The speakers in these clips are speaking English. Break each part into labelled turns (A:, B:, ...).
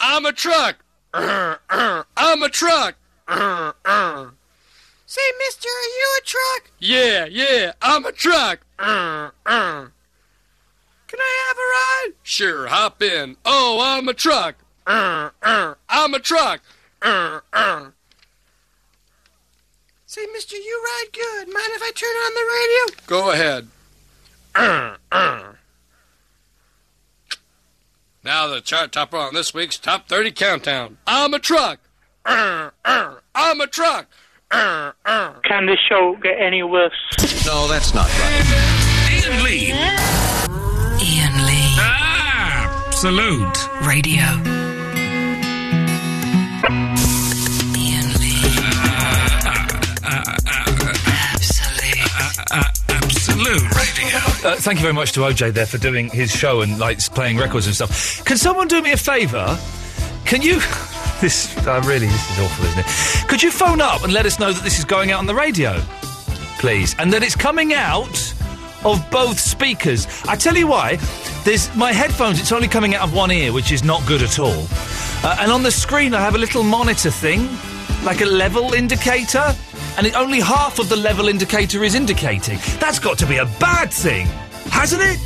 A: I'm a truck. Er, er, I'm a truck. Er, er.
B: Say, mister, are you a truck?
A: Yeah, yeah, I'm a truck. Er, er.
B: Can I have a ride?
A: Sure, hop in. Oh, I'm a truck. Er, er, I'm a truck. Er, er.
B: Say, mister, you ride good. Mind if I turn on the radio?
A: Go ahead. Er, er. Now the chart topper on this week's top 30 countdown. I'm a truck. Er, er, I'm a truck. Er, er.
C: Can this show get any worse?
D: No, that's not right.
E: Ian Lee.
F: Ian Lee.
E: Ah, salute.
F: Radio. Ian Lee. Absolute.
E: Salute radio.
G: Uh, thank you very much to OJ there for doing his show and like playing records and stuff. Can someone do me a favour? Can you? This uh, really, this is awful, isn't it? Could you phone up and let us know that this is going out on the radio, please, and that it's coming out of both speakers? I tell you why. There's my headphones. It's only coming out of one ear, which is not good at all. Uh, and on the screen, I have a little monitor thing, like a level indicator, and it, only half of the level indicator is indicating. That's got to be a bad thing, hasn't it?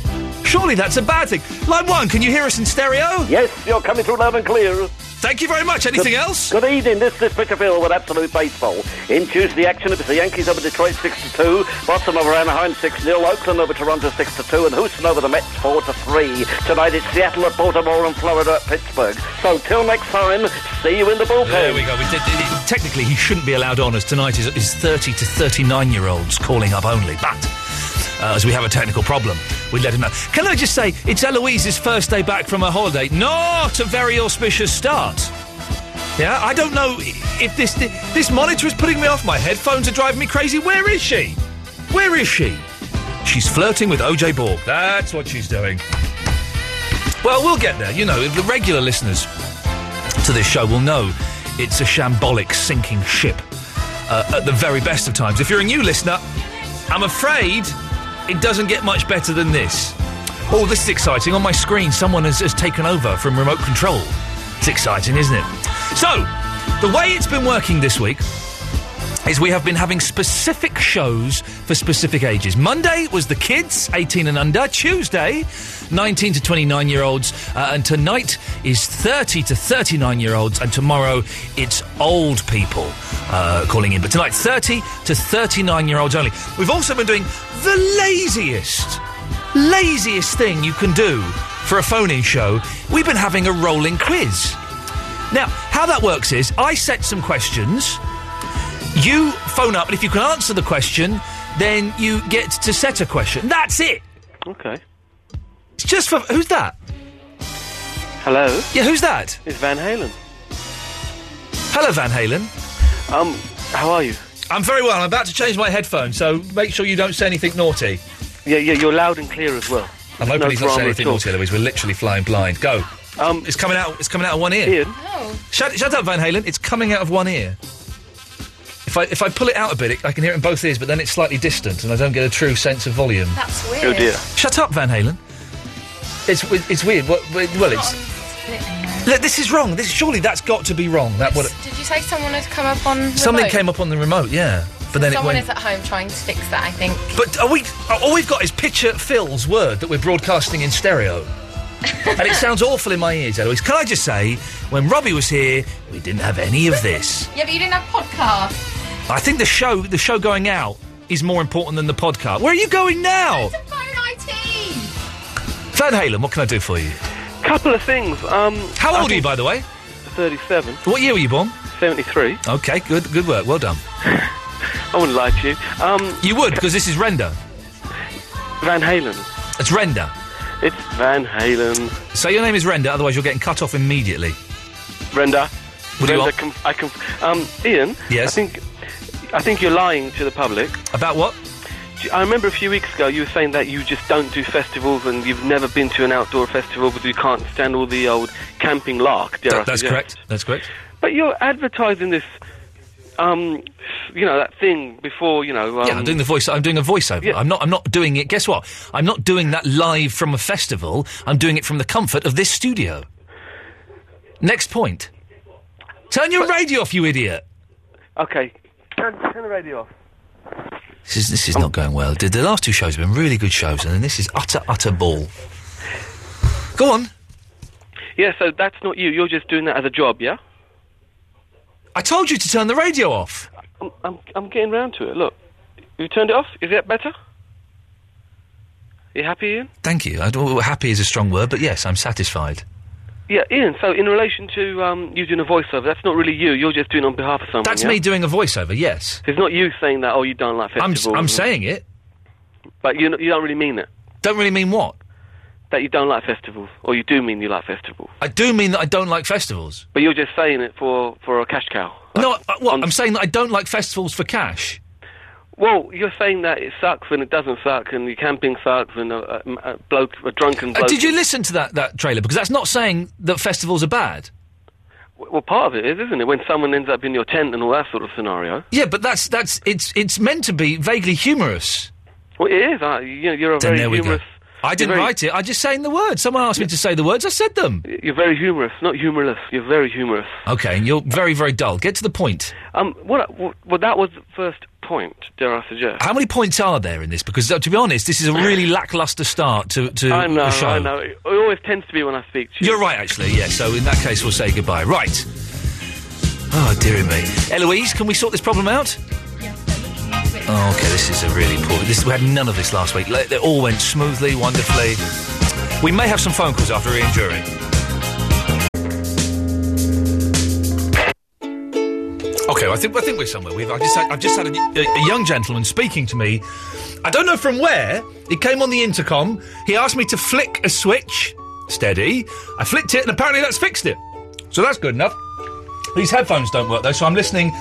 G: Surely that's a bad thing. Line one, can you hear us in stereo?
H: Yes, you're coming through loud and clear.
G: Thank you very much. Anything
H: Good-
G: else?
H: Good evening. This is Peter Phil with Absolute Baseball. In Tuesday action, it was the Yankees over Detroit 6-2, Boston over Anaheim 6-0, Oakland over Toronto 6-2, and Houston over the Mets 4-3. Tonight it's Seattle at Baltimore and Florida at Pittsburgh. So till next time, see you in the bullpen.
G: There we go. We did, it- it- technically, he shouldn't be allowed on, as tonight is, is 30 to 39 year olds calling up only. But uh, as we have a technical problem, we let him know. Can I just say, it's Eloise's first day back from her holiday. Not a very auspicious start. Yeah, I don't know i- if this thi- this monitor is putting me off. My headphones are driving me crazy. Where is she? Where is she? She's flirting with OJ Borg. That's what she's doing. Well, we'll get there. You know, the regular listeners to this show will know it's a shambolic sinking ship uh, at the very best of times. If you're a new listener, I'm afraid it doesn't get much better than this. Oh, this is exciting. On my screen, someone has, has taken over from remote control. It's exciting, isn't it? So, the way it's been working this week is we have been having specific shows for specific ages. Monday was the kids, 18 and under. Tuesday, 19 to 29 year olds. Uh, and tonight is 30 to 39 year olds. And tomorrow it's old people uh, calling in. But tonight, 30 to 39 year olds only. We've also been doing the laziest, laziest thing you can do for a phone in show. We've been having a rolling quiz. Now, how that works is I set some questions. You phone up, and if you can answer the question, then you get to set a question. That's it.
I: Okay.
G: It's just for who's that?
I: Hello.
G: Yeah, who's that?
I: It's Van Halen.
G: Hello, Van Halen.
I: Um, how are you?
G: I'm very well. I'm about to change my headphones, so make sure you don't say anything naughty.
I: Yeah, yeah, you're loud and clear as well.
G: I'm hoping
I: No
G: he's not saying
I: drama
G: anything
I: at all.
G: naughty, otherwise we're literally flying blind. Go. Um, it's coming out. It's coming out of one ear.
I: Ian?
G: Shut, shut up, Van Halen. It's coming out of one ear. If I if I pull it out a bit, it, I can hear it in both ears, but then it's slightly distant, and I don't get a true sense of volume.
J: That's weird.
G: Shut up, Van Halen. It's wi- it's weird. Well, well it's look, this is wrong. This surely that's got to be wrong. That would
J: Did you say someone has come up on?
G: something
J: remote?
G: came up on the remote, yeah. But then it
J: Someone
G: went.
J: is at home trying to fix that. I think.
G: But are we? All we've got is picture Phil's word that we're broadcasting in stereo. and it sounds awful in my ears, Eloise. Can I just say, when Robbie was here, we didn't have any of this.
J: Yeah, but you didn't have podcast.
G: I think the show, the show going out, is more important than the podcast. Where are you going now?
J: Phone
G: Van Halen, what can I do for you?
I: Couple of things. Um,
G: How old are you, by the way?
I: 37.
G: What year were you born?
I: 73.
G: Okay, good, good work. Well done.
I: I wouldn't lie to you. Um,
G: you would because this is Render.
I: Van Halen.
G: It's Render.
I: It's Van Halen.
G: So your name is Render, otherwise you're getting cut off immediately.
I: Brenda.
G: Would you
I: Brenda,
G: like-
I: conf- I conf- um, Ian.
G: Yes?
I: I think, I think you're lying to the public.
G: About what?
I: I remember a few weeks ago you were saying that you just don't do festivals and you've never been to an outdoor festival because you can't stand all the old camping lark. dare I
G: That's
I: suggest.
G: correct. That's correct.
I: But you're advertising this, um, you know, that thing before, you know. Um,
G: yeah, I'm doing the voice. I'm doing a voiceover. I'm not. I'm not doing it. Guess what? I'm not doing that live from a festival. I'm doing it from the comfort of this studio. Next point. Turn your radio off, you idiot.
I: Okay. Turn, turn the radio off.
G: This is, this is not going well. The, the last two shows have been really good shows, and then this is utter, utter ball. Go on.
I: Yeah, so that's not you. You're just doing that as a job, yeah?
G: I told you to turn the radio off.
I: I'm, I'm, I'm getting round to it. Look, you turned it off. Is that better? You happy, Ian?
G: Thank you. I, well, happy is a strong word, but yes, I'm satisfied.
I: Mm, Yeah, Ian. So in relation to um, you doing a voiceover, that's not really you. You're just doing it on behalf of someone.
G: That's
I: yeah?
G: me doing a voiceover, yes.
I: It's not you saying that. Oh, you don't like
G: I'm,
I: festivals.
G: I'm saying it.
I: But you you don't really mean it.
G: Don't really mean what?
I: That you don't like festivals, or you do mean you like festivals.
G: I do mean that I don't like festivals.
I: But you're just saying it for for a cash cow.
G: no, I, what? I'm saying that I don't like festivals for cash.
I: Well, you're saying that it sucks and it doesn't suck, and your camping sucks, and a, a, a bloke, a drunken
G: Uh,
I: bloke.
G: did you listen to that, that trailer? Because that's not saying that festivals are bad.
I: Well, part of it is, isn't it? When someone ends up in your tent and all that sort of scenario.
G: Yeah, but that's that's it's it's meant to be vaguely humorous.
I: Well, it is. Uh, you know, you're a
G: Then
I: very
G: there we go.
I: humorous.
G: I didn't
I: you're very-
G: write it. I just saying the words. Someone asked me to say the words. I said them.
I: You're very humorous, not humorless. You're very humorous.
G: Okay, and you're very very dull. Get to the point.
I: Um, what, what, well, that was the first point, dare I suggest.
G: How many points are there in this? Because uh, to be honest, this is a really lackluster start to to
I: I know,
G: a show.
I: I know. It always tends to be when I speak to you.
G: You're right, actually. Yeah. So in that case, we'll say goodbye. Right. Oh dearie me, Eloise, can we sort this problem out? Oh, okay, this is a really poor. This, we had none of this last week. Like, It all went smoothly, wonderfully. We may have some phone calls after Ian Dury. Okay, I think I think we're somewhere. We've I've just had, I've just had a, a- a young gentleman speaking to me. I don't know from where. He came on the intercom. He asked me to flick a switch. Steady. I flicked it, and apparently that's fixed it. So that's good enough. These headphones don't work though, so I'm listening.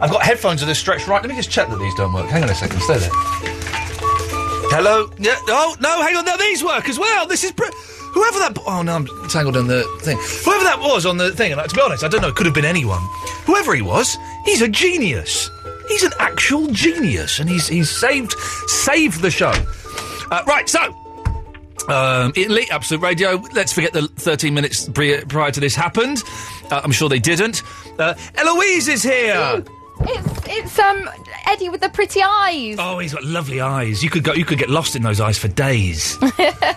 G: I've got headphones that are stretched right. Let me just check that these don't work. Hang on a second. Stay there. Hello. Yeah. Oh no. Hang on. Now these work as well. This is. Br- Whoever that. Oh no. I'm tangled on the thing. Whoever that was on the thing. And like, to be honest, I don't know. It could have been anyone. Whoever he was, he's a genius. He's an actual genius, and he's he's saved saved the show. Uh, right. So. Um, Ian Lee, Absolute Radio. Let's forget the 13 minutes pre- prior to this happened. Uh, I'm sure they didn't. Uh, Eloise is here.
D: It's it's um Eddie with the pretty eyes.
G: Oh, he's got lovely eyes. You could go. You could get lost in those eyes for days.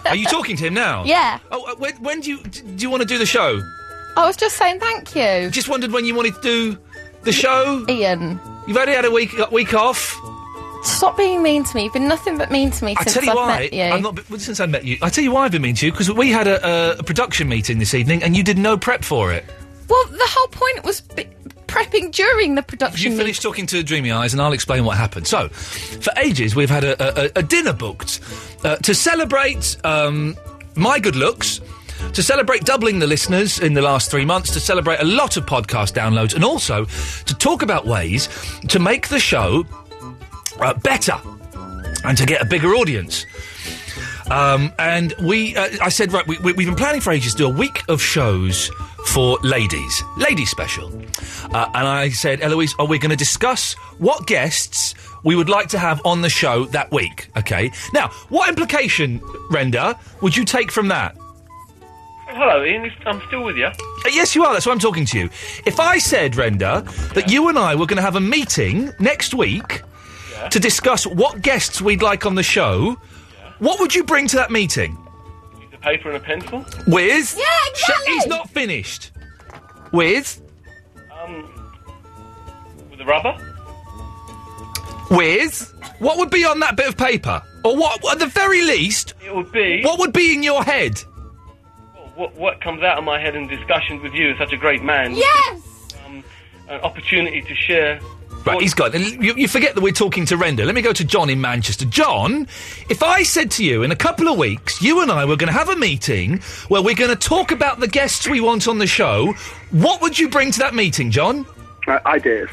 G: Are you talking to him now?
D: Yeah.
G: Oh, uh, when, when do you d- do you want to do the show?
D: I was just saying thank you.
G: Just wondered when you wanted to do the show.
D: Ian,
G: You've only had a week week off.
D: stop being mean to me. You've been nothing but mean to me
G: I
D: since
G: tell you
D: I've
G: why.
D: met you.
G: I'm not well, since I met you. I tell you why I've been mean to you because we had a, a, a production meeting this evening and you did no prep for it.
D: Well, the whole point was b- prepping during the production.
G: You finish talking to Dreamy Eyes, and I'll explain what happened. So, for ages, we've had a, a- a, a dinner booked uh, to celebrate um, my good looks, to celebrate doubling the listeners in the last three months, to celebrate a lot of podcast downloads, and also to talk about ways to make the show uh, better and to get a bigger audience. Um, and we, uh, I said, right, we, we, we've been planning for ages to do a week of shows for ladies, ladies special. Uh, and I said, Eloise, are we going to discuss what guests we would like to have on the show that week? Okay. Now, what implication, Renda, would you take from that?
I: Hello, Ian. it's- I'm still with you.
G: Uh, Yes, you are. That's why I'm talking to you. If I said, Renda, that you and I were going to have a meeting next week to discuss what guests we'd like on the show, what would you bring to that meeting?
I: The paper and a pencil.
G: With?
I: Yeah,
G: Sh-
I: exactly.
G: he's not finished. With?
I: Um, with the rubber.
G: With? What would be on that bit of paper? Or what, at the very least,
I: it would be.
G: What would be in your head?
I: What, what comes out of my head in discussions with you as such a great man?
D: Yes.
I: Um, an opportunity to share.
G: Right, he's got. You, you forget that we're talking to Render. Let me go to John in Manchester. John, if I said to you in a couple of weeks, you and I were going to have a meeting where we're going to talk about the guests we want on the show, what would you bring to that meeting, John?
K: Uh, ideas.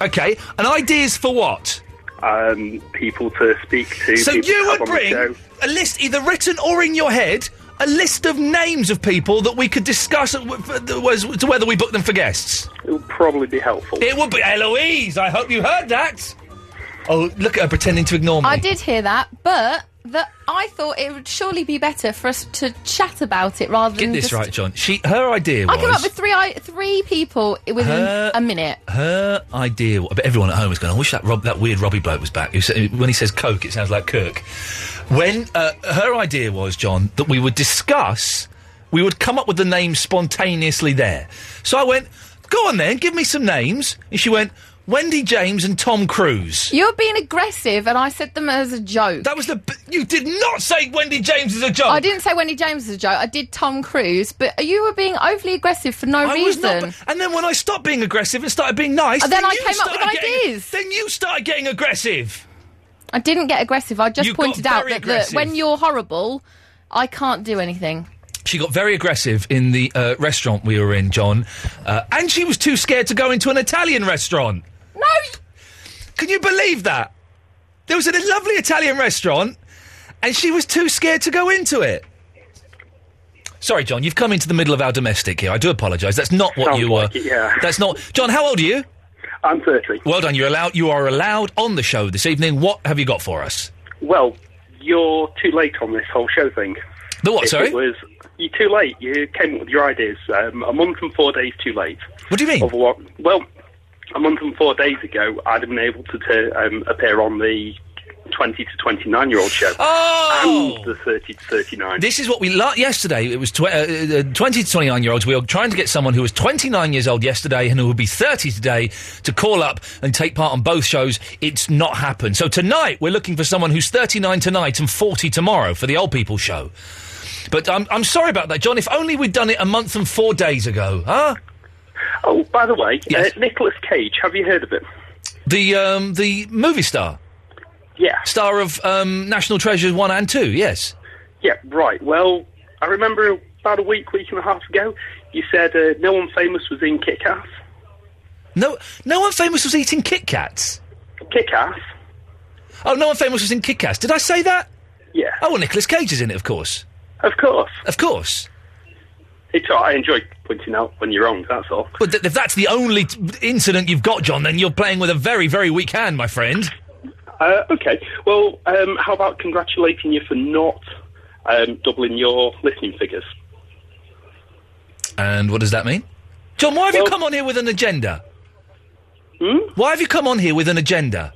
G: Okay, and ideas for what?
K: Um, people to speak to.
G: So
K: people to
G: you would
K: have on the
G: bring
K: show.
G: a list, either written or in your head, a list of names of people that we could discuss at- w- f- as to whether we book them for guests.
K: It would probably be helpful.
G: It would be Eloise. I hope you heard that. Oh, look at her pretending to ignore me.
D: I did hear that, but that I thought it would surely be better for us to chat about it rather
G: Get
D: than
G: this
D: just.
G: right, John. She, her idea
D: I
G: was.
D: came up with three I, three people within
G: Her-
D: a minute.
G: Her idea, but everyone at home is going. I wish that Rob, that weird Robbie bloke was back. Who said, when he says Coke, it sounds like Kirk. When uh, her idea was, John, that we would discuss, we would come up with the names spontaneously there. So I went, go on then, give me some names. And she went, Wendy James and Tom Cruise.
D: You're being aggressive, and I said them as a joke.
G: That was the. You did not say Wendy James is a joke.
D: I didn't say Wendy James is a joke. I did Tom Cruise, but you were being overly aggressive for no
G: I was
D: reason.
G: not, but- and then when I stopped being aggressive and started being nice,
D: And then I
G: you
D: came up
G: started
D: with
G: getting- Then you started getting aggressive.
D: I didn't get aggressive. I just
G: You got
D: pointed out
G: very
D: that, that
G: aggressive.
D: when you're horrible, I can't do anything.
G: She got very aggressive in the uh, restaurant we were in, John, uh, and she was too scared to go into an Italian restaurant.
D: No.
G: Can you believe that? There was a lovely Italian restaurant, and she was too scared to go into it. Sorry, John, you've come into the middle of our domestic here. I do apologise. That's not what you were. yeah. That's not. John, how old are you?
K: I'm 30.
G: Well done. You're allowed. You are allowed on the show this evening. What have you got for us?
K: Well, you're too late on this whole show thing.
G: The what,
K: If
G: sorry?
K: It was, you're too late. You came up with your ideas um, a month and four days too late.
G: What do you mean?
K: Of what? Well, a month and four days ago, I'd have been able to, to um, appear on the 20 to 29 year old show.
G: Oh!
K: And the 30 to 39.
G: This is what we la- yesterday. It was tw- uh, uh, twenty to twenty nine year olds. We were trying to get someone who was twenty nine years old yesterday and who will be thirty today to call up and take part on both shows. It's not happened. So tonight we're looking for someone who's thirty nine tonight and forty tomorrow for the old people show. But I'm I'm sorry about that, John. If only we'd done it a month and four days ago, huh?
K: Oh, by the way, uh, Nicholas Cage, have you heard of him?
G: The um, the movie star.
K: Yeah.
G: Star of um, National Treasures one and two. Yes.
K: Yeah, right. Well, I remember about a week, week and a half ago, you said uh, no one famous was in Kit Kat.
G: No, no one famous was eating Kit Kats.
K: Kit Kats.
G: Oh, no one famous was in Kit Kats. Did I say that?
K: Yeah.
G: Oh, well, Nicolas Cage is in it, of course.
K: Of course.
G: Of course.
K: It's all, I enjoy pointing out when you're wrong, that's all.
G: But th- if that's the only t- incident you've got, John, then you're playing with a very, very weak hand, my friend.
K: Uh, okay. Well, um, how about congratulating you for not um, doubling your listening figures?
G: And what does that mean? John, why have you come on here with an agenda?
K: Hmm?
G: Why have you come on here with an agenda?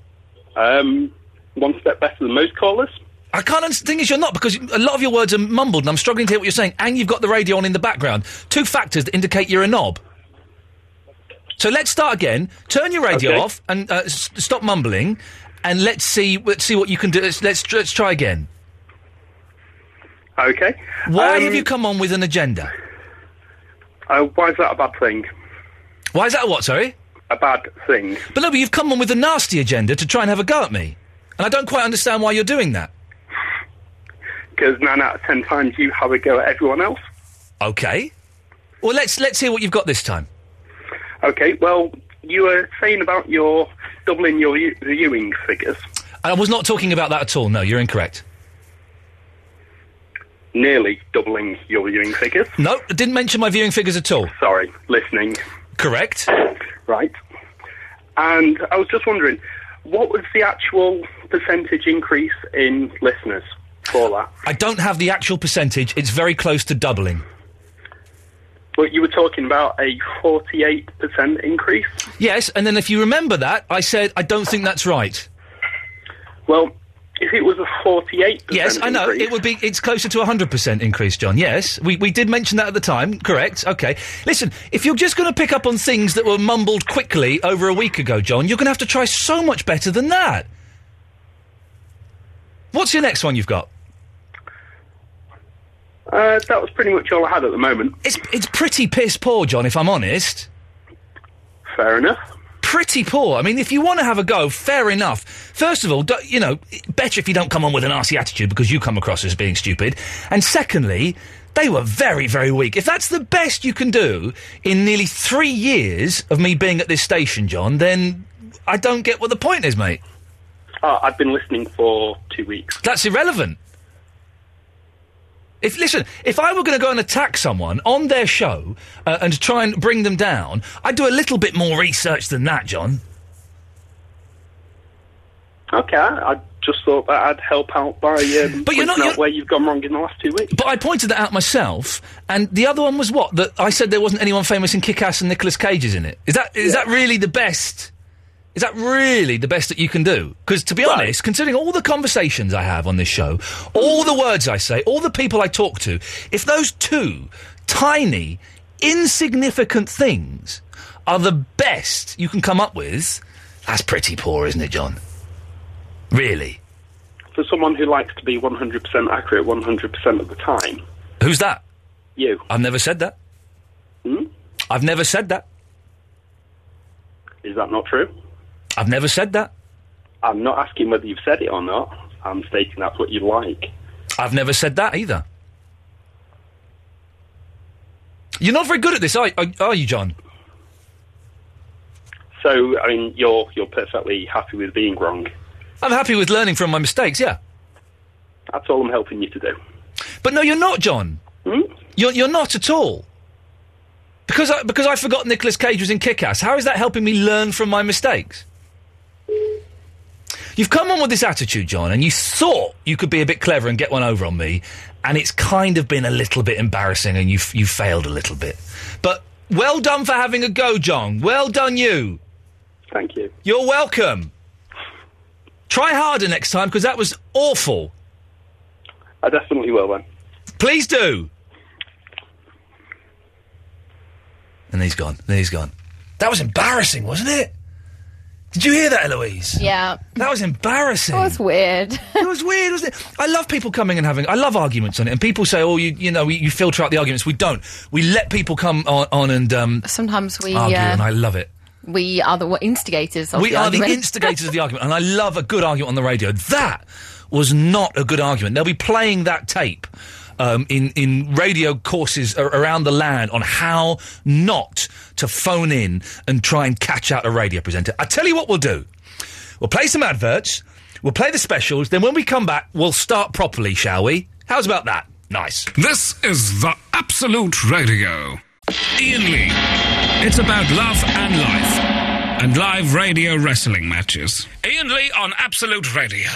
K: Um, one step better than most callers.
G: I can't understand. The thing is, you're not because a lot of your words are mumbled, and I'm struggling to hear what you're saying. And you've got the radio on in the background. Two factors that indicate you're a knob. So let's start again. Turn your radio
L: Okay.
G: off and uh, s- stop mumbling, and let's see let's see what you can do. Let's let's, tr- let's try again.
K: Okay.
G: Why
K: Um,
G: have you come on with an agenda?
K: Uh, why is that a bad thing?
G: Why is that a what? Sorry.
K: A bad thing.
G: But no, but you've come on with a nasty agenda to try and have a go at me, and I don't quite understand why you're doing that.
K: Because nine out of ten times you have a go at everyone else.
G: Okay. Well, let's let's hear what you've got this time.
K: Okay. Well, you were saying about your doubling your Ew- the Ewing figures.
G: I was not talking about that at all. No, you're incorrect.
K: Nearly doubling your Ewing figures.
G: No, I didn't mention my viewing figures at all.
K: Sorry, listening.
G: Correct.
K: Right. And I was just wondering, what was the actual percentage increase in listeners for that?
G: I don't have the actual percentage. It's very close to doubling.
K: Well, you were talking about a 48% increase.
G: Yes, and then if you remember that, I said I don't think that's right.
K: Well, if it was a 48%
G: Yes, I know.
K: increase-
G: It would be. It's closer to a hundred percent increase, John. Yes, we we did mention that at the time. Correct. Okay. Listen, if you're just going to pick up on things that were mumbled quickly over a week ago, John, you're going to have to try so much better than that. What's your next one you've got?
K: Uh, that was pretty much all I had at the moment.
G: It's it's pretty piss poor, John. If I'm honest.
K: Fair enough.
G: Pretty poor. I mean, if you want to have a go, fair enough. First of all, do, you know, better if you don't come on with an arsey attitude because you come across as being stupid. And secondly, they were very, very weak. If that's the best you can do in nearly three years of me being at this station, John, then I don't get what the point is, mate.
K: Oh, I've been listening for two weeks.
G: That's irrelevant. If listen, if I were going to go and attack someone on their show uh, and try and bring them down, I'd do a little bit more research than that, John.
K: Okay, I, I just thought that I'd help out by um,
G: But you're
K: pointing
G: not-
K: out
G: you're-
K: where you've gone wrong in the last two weeks.
G: But I pointed that out myself, and the other one was what? That I said there wasn't anyone famous in Kick-Ass and Nicolas Cage is in it. Is that is that really the best? Is that really the best that you can do? Because to be honest, considering all the conversations I have on this show, all the words I say, all the people I talk to, if those two tiny, insignificant things are the best you can come up with, that's pretty poor, isn't it, John? Really?
K: For someone who likes to be 100% accurate 100% of the time,
G: Who's that?
K: you.
G: I've never said that.
K: Hmm?
G: I've never said that.
K: Is that not true?
G: I've never said that.
K: I'm not asking whether you've said it or not. I'm stating that's what you like.
G: I've never said that either. You're not very good at this, are, are, are you, John?
K: So, I mean, you're you're perfectly happy with being wrong.
G: I'm happy with learning from my mistakes, yeah.
K: That's all I'm helping you to do. Hmm?
G: But no, you're not, John. You're, you're not at all. Because I, because I forgot Nicolas Cage was in Kick-Ass, how is that helping me learn from my mistakes? You've come on with this attitude, John, and you thought you could be a bit clever and get one over on me, and it's kind of been a little bit embarrassing, and you've, you failed a little bit. But well done for having a go, John. Well done, you.
K: Thank you.
G: You're welcome. Try harder next time, because that was awful.
K: I definitely will then.
G: Please do. And he's gone. Then he's gone. That was embarrassing, wasn't it? Did you hear that, Eloise?
D: Yeah.
G: That was embarrassing. That was
D: weird.
G: it was weird, wasn't it? I love people coming and having. I love arguments on it, and people say, "Oh, you, you know, you you filter out the arguments." We don't. We let people come on, on and um,
D: Sometimes we
G: argue, and I
D: uh,
G: love it.
D: we are the w- instigators. Of
G: We
D: the
G: are
D: argument.
G: the instigators of the argument, and I love a good argument on the radio. That was not a good argument. They'll be playing that tape um, in in radio courses a- around the land on how not to phone in and try and catch out a radio presenter. I tell you what, we'll do. We'll play some adverts. We'll play the specials. Then when we come back, we'll start properly, shall we? How's about that? Nice.
E: This is the Absolute Radio. Ian Lee. It's about love and life. And live radio wrestling matches. Ian Lee on Absolute Radio.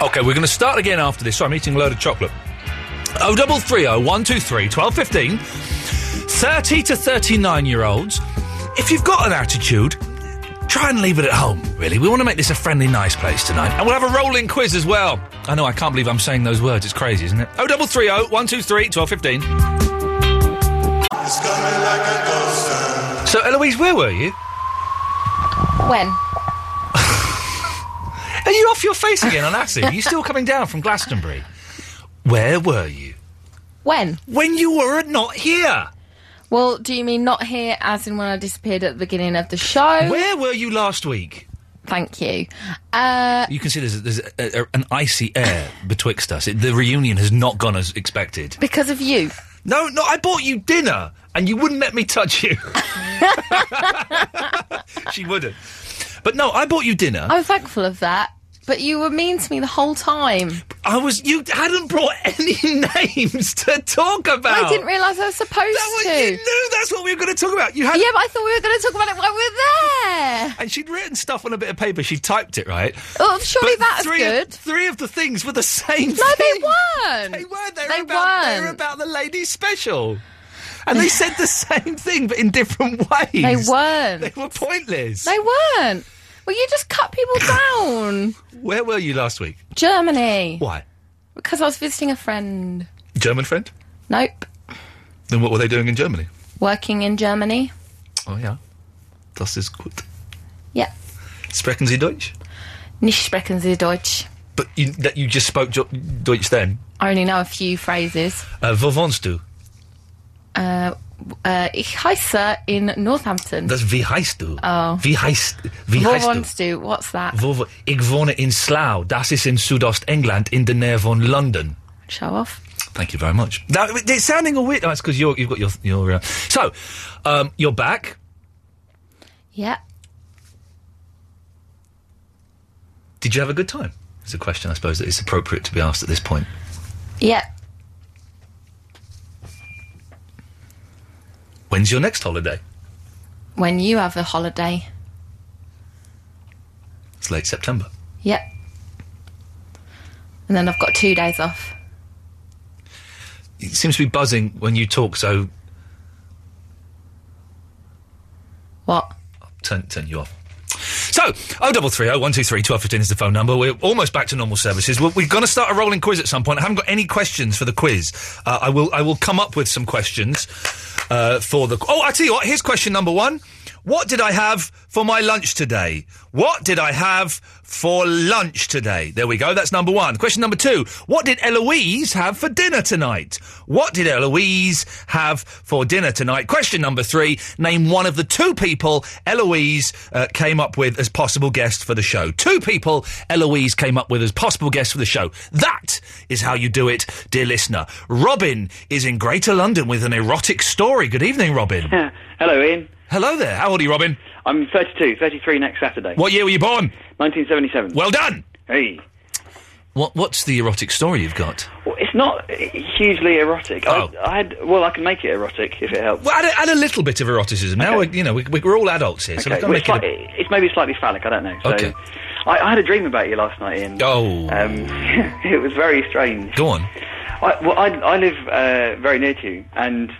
G: Okay, we're going to start again after this. So I'm eating a load of chocolate. Oh, 0330 123 1215. 30 to 39 year olds, if you've got an attitude, try and leave it at home, really. We want to make this a friendly, nice place tonight. And we'll have a rolling quiz as well. I know, I can't believe I'm saying those words. It's crazy, isn't it? 0330 123
K: Oh.
G: 1215. Oh, So, Eloise, where were you?
D: when?
G: Are you off your face again on acid? Are you still coming down from Glastonbury? Where were you?
D: When?
G: When you were not here.
D: Well, do you mean not here, as in when I disappeared at the beginning of the show?
G: Where were you last week?
D: Thank you. Uh,
G: You can see there's, there's a, a, an icy air betwixt us. It, the reunion has not gone as expected.
D: because of you.
G: No, no, I bought you dinner and you wouldn't let me touch you. she wouldn't. But no, I bought you dinner.
D: I'm thankful of that. But you were mean to me the whole time.
G: I was. You hadn't brought any names to talk about.
D: I didn't realise I was supposed to.
G: No, that's what we were going to talk about. You had.
D: Yeah, but I thought we were going to talk about it while we were there.
G: And she'd written stuff on a bit of paper. She typed it right.
D: Oh, surely
G: But
D: that's
G: three of-
D: good.
G: three of the things were the same
D: no,
G: thing.
D: they weren't.
G: They weren't. They,
D: They
G: were about, They were
D: weren't.
G: about the ladies' special. And they said the same thing, but in different ways.
D: They weren't.
G: They were pointless.
D: They weren't. Well, you just cut people down.
G: Where were you last week?
D: Germany.
G: Why?
D: Because I was visiting a friend.
G: German friend?
D: Nope.
G: Then what were they doing in Germany?
D: Working in Germany.
G: Oh, yeah. Das ist gut.
D: Yeah.
G: Sprechen Sie Deutsch?
D: Nicht sprechen Sie Deutsch.
G: But you, that you just spoke jo- Deutsch then.
D: I only know a few phrases.
G: Uh, wo wohnst du?
D: Uh, uh, ich heiße in Northampton.
G: Das wie heißt du?
D: Oh.
G: Wie heißt, wie
D: Wo
G: heißt du?
D: wants to? What's that?
G: Wo, wo, ich wohne in Slough. Das ist in Südostengland in der Nähe von London.
D: Show off.
G: Thank you very much. Now, it- it's sounding a weird. That's because you've got your. your uh, so, um, you're back.
D: Yeah.
G: Did you have a good time? It's a question, I suppose, that is appropriate to be asked at this point.
D: Yeah.
G: When's your next holiday?
D: When you have a holiday.
G: It's late September.
D: Yep. And then I've got two days off.
G: It seems to be buzzing when you talk, so
D: What?
G: turn, turn you off. So, 0330 123 1215 oh is the phone number. We're almost back to normal services. We're, we're going to start a rolling quiz at some point. I haven't got any questions for the quiz. Uh, I will I will come up with some questions uh, for the. Oh, I tell you what, here's question number one. What did I have for my lunch today? What did I have for lunch today? There we go. That's number one. Question number two. What did Eloise have for dinner tonight? What did Eloise have for dinner tonight? Question number three. Name one of the two people Eloise uh, came up with as possible guest for the show. Two people Eloise came up with as possible guest for the show. That is how you do it, dear listener. Robin is in Greater London with an erotic story. Good evening, Robin.
L: Hello, Ian.
G: Hello there. How old are you, Robin?
L: I'm 32, 33 next Saturday.
G: What year were you born?
L: 1977.
G: Well done.
L: Hey.
G: What What's the erotic story you've got?
L: Well, it's not hugely erotic.
G: Oh.
L: I, I had, well, I can make it erotic if it helps.
G: Well, add a, add a little bit of eroticism. Now, we're, you know, we, we're all adults here, so we've
L: okay.
G: got to
L: well,
G: make
L: it's,
G: it.
L: like, it's maybe slightly phallic, I don't know. So
G: Okay.
L: I, I had a dream about you last night, Ian.
G: Oh.
L: Um, it was very strange.
G: A, go on.
L: I, well, I, I live uh, very near to you, and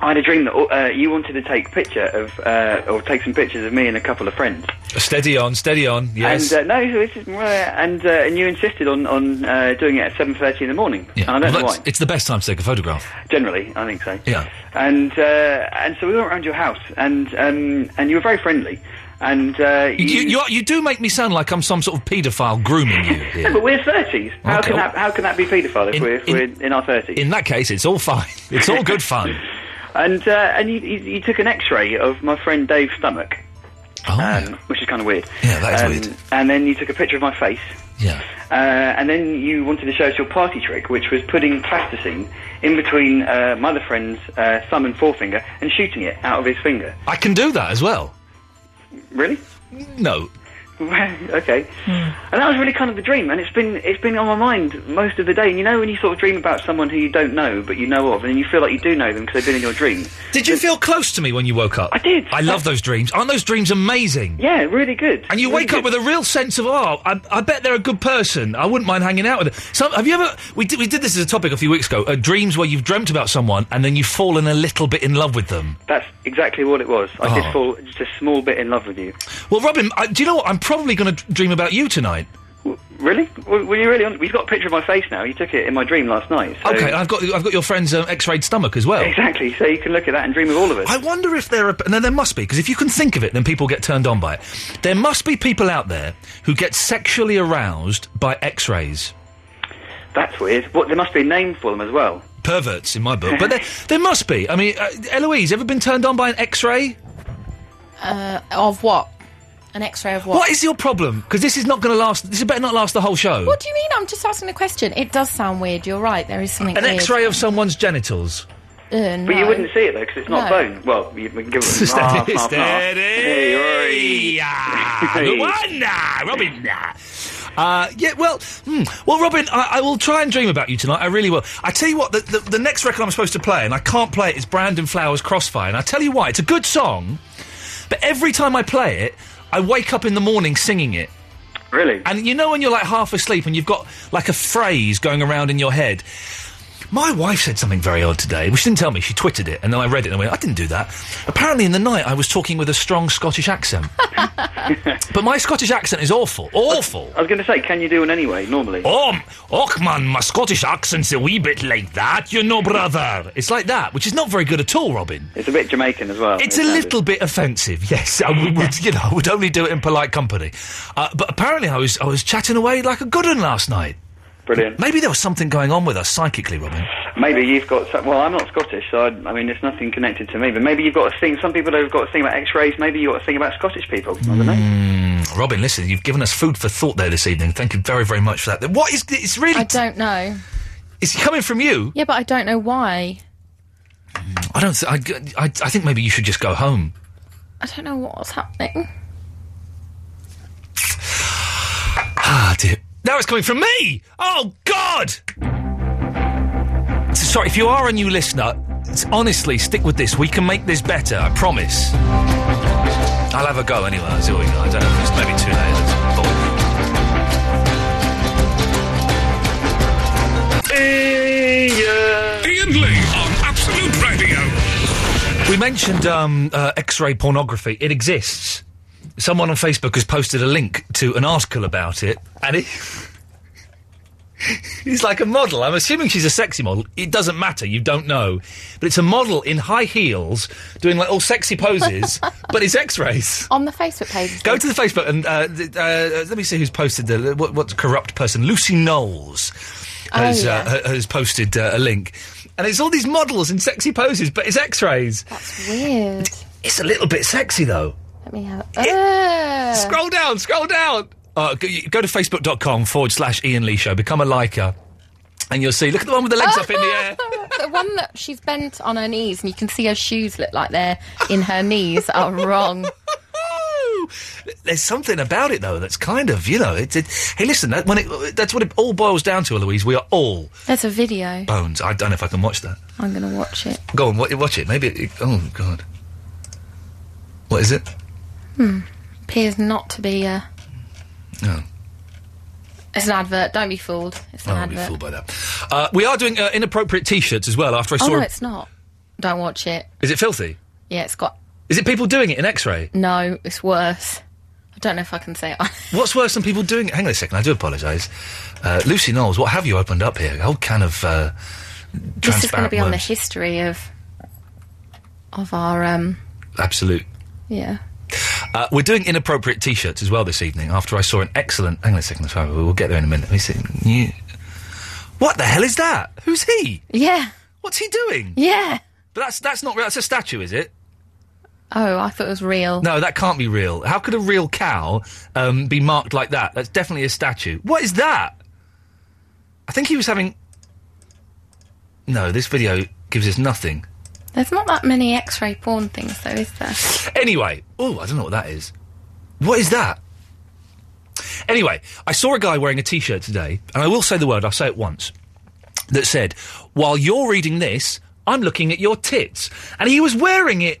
L: I had a dream that uh, you wanted to take picture of, uh, or take some pictures of me and a couple of friends.
G: Steady on, steady on. Yes.
L: And uh, no, this is and uh, and you insisted on on uh, doing it at seven thirty in the morning.
G: yeah.
L: And I don't
G: Well,
L: know
G: that's-
L: why.
G: It's the best time to take a photograph.
L: Generally, I think so.
G: Yeah.
L: And uh, and so we went around your house, and um, and you were very friendly, and uh,
G: You, you, you, are- you do make me sound like I'm some sort of paedophile grooming you.
L: No,
G: Here.
L: but we're thirties. How
G: Okay.
L: can that how can that be paedophile if
G: In-
L: we're if
G: in-
L: we're in our thirties?
G: In that case, it's all fine. It's all good fun.
L: And uh, and you, you, you took an X-ray of my friend Dave's stomach,
G: Oh.
L: um, which is kind of weird.
G: Yeah, that is
L: Um,
G: weird.
L: And then you took a picture of my face.
G: Yeah.
L: Uh, and then you wanted to show us your party trick, which was putting plasticine in between uh, my other friend's uh, thumb and forefinger and shooting it out of his finger.
G: I can do that as well.
L: Really?
G: No.
L: okay.
G: Hmm.
L: And that was really kind of the dream, and it's been it's been on my mind most of the day. And you know when you sort of dream about someone who you don't know but you know of, and you feel like you do know them because they've been in your dream.
G: Did you feel close to me when you woke up? I did. I love those dreams. Aren't those dreams amazing?
L: Yeah, really good.
G: And you
L: Really
G: wake up with a real sense of, oh, I, I bet they're a good person. I wouldn't mind hanging out with them. Some, have you ever? We did, we did this as a topic a few weeks ago. Uh, dreams where you've dreamt about someone and then you've fallen a little bit in love with them.
L: That's exactly what it was. I
G: Oh.
L: did fall just a small bit in love with you.
G: Well, Robin, I, do you know what? I'm probably going to dream about you tonight.
L: Really? Were were you really on? We've got a picture of my face now. You took it in my dream last night. So
G: Okay, I've got I've got your friend's um, X-rayed stomach as well.
L: Exactly. So you can look at that and dream of all of us.
G: I wonder if there are. No, there must be, because if you can think of it, then people get turned on by it. There must be people out there who get sexually aroused by x rays.
L: That's weird. What? There must be a name for them as well.
G: Perverts in my book. But there, there must be. I mean, uh, Eloise, ever been turned on by an x ray?
D: Uh, of what? An X-ray of what?
G: What is your problem? Because this is not going to last. This better not last the whole show.
D: Oh. What do you mean? I'm just asking a question. It does sound weird. You're right. There is something.
G: An
D: weird.
G: x ray of someone's genitals.
D: Uh, no.
L: But you wouldn't see it though because it's not
D: No.
L: bone. Well, you we can give it
G: Steady,
L: half, half, half.
G: steady.
L: Hey,
G: Ah,
L: oi.
G: the one, nah, Robin, nah. Uh, yeah, well, hmm. well, Robin, I, I will try and dream about you tonight. I really will. I tell you what, the, the, the next record I'm supposed to play, and I can't play it, is Brandon Flowers' Crossfire. And I tell you why, it's a good song, but every time I play it, I wake up in the morning singing it.
L: Really?
G: And you know when you're like half asleep and you've got like a phrase going around in your head. My wife said something very odd today. Well, she didn't tell me. She twittered it, and then I read it and I went, "I didn't do that." Apparently, in the night, I was talking with a strong Scottish accent, but my Scottish accent is awful, awful.
L: I was going to say, can you do one anyway? Normally.
G: Um, och man, my Scottish accent's a wee bit like that, you know, brother. It's like that, which is not very good at all, Robin.
L: It's a bit Jamaican as well.
G: It's
L: It
G: a
L: sounded-
G: little bit offensive, yes. I would, would- you know, I would only do it in polite company. Uh, but apparently, I was I was chatting away like a good one last night.
L: Brilliant.
G: Maybe there was something going on with us psychically, Robin.
L: Maybe you've got. Some, well, I'm not Scottish, so I, I mean, it's nothing connected to me. But maybe you've got a thing. Some people have got a thing about X-rays. Maybe you've got a thing about Scottish people. I don't know.
G: Mm, Robin, listen, you've given us food for thought there this evening. Thank you very, very much for that. What is it's really?
D: I don't know.
G: It's coming from you.
D: Yeah, but I don't know why.
G: I don't. Th- I, g- I- I think maybe you should just go home.
D: I don't know what's happening.
G: Ah, dear. Now it's coming from me. Oh God. So Sorry, if you are a new listener, s- honestly, stick with this. We can make this better. I promise. I'll have a go anyway. I'll see what we got. I don't know if it's maybe too late. It's boring.
E: Ian Lee on Absolute Radio.
G: We mentioned um, uh, X-ray pornography. It exists. Someone on Facebook has posted a link to an article about it, and it. It's like a model. I'm assuming she's a sexy model. It doesn't matter. You don't know, but it's a model in high heels doing like all sexy poses, but it's X-rays.
D: On the Facebook page.
G: Go to the Facebook and uh, th- uh, let me see who's posted the what, what corrupt person. Lucy Knowles
D: Oh,
G: has
D: yeah.
G: uh, ha- has posted uh, a link, and it's all these models in sexy poses, but it's X-rays.
D: That's weird.
G: It's a little bit sexy though.
D: Let me have. Uh,
G: Scroll down, scroll down. Uh, go, you- go to facebook.com forward slash Ian Lee Show. Become a liker, and you'll see. Look at the one with the legs up in the air.
D: the one that she's bent on her knees, and you can see her shoes look like they're in her knees are wrong.
G: There's something about it though that's kind of you know. It, it, hey, listen, that, when it, that's what it all boils down to, Eloise. We are all
D: There's a video.
G: bones. I don't know if I can watch that.
D: I'm going to watch it.
G: Go on, wa- watch it. Maybe. It, oh God, what is it?
D: Hmm. Appears not to be a.
G: Oh.
D: It's an advert. Don't be fooled. It's an
G: I won't Oh, be
D: advert.
G: fooled by that. Uh, we are doing uh, inappropriate T-shirts as well. After I saw,
D: oh no,
G: a-
D: it's not. Don't watch it.
G: is it filthy?
D: Yeah, it's got.
G: Is it people doing it in X-ray?
D: No, it's worse. I don't know if I can say it.
G: What's worse than people doing? Hang on a second, I do apologise. Uh, Lucy Knowles, what have you opened up here? A whole can of uh,
D: This is going to
G: transparent
D: be on the
G: worms.
D: history of of our um
G: Absolute.
D: yeah.
G: Uh, we're doing inappropriate T-shirts as well this evening. After I saw an excellent. Hang on a second, sorry, we'll get there in a minute. Let me see. New- What the hell is that? Who's he?
D: Yeah.
G: What's he doing?
D: Yeah.
G: But that's that's not real. That's a statue, is it?
D: Oh, I thought it was real.
G: No, that can't be real. How could a real cow um, be marked like that? That's definitely a statue. What is that? I think he was having. No, this video gives us nothing.
D: There's not that many X-ray porn things, though, is there?
G: Anyway, oh, I don't know what that is. What is that? Anyway, I saw a guy wearing a t shirt today, and I will say the word, I'll say it once, that said, While you're reading this, I'm looking at your tits. And he was wearing it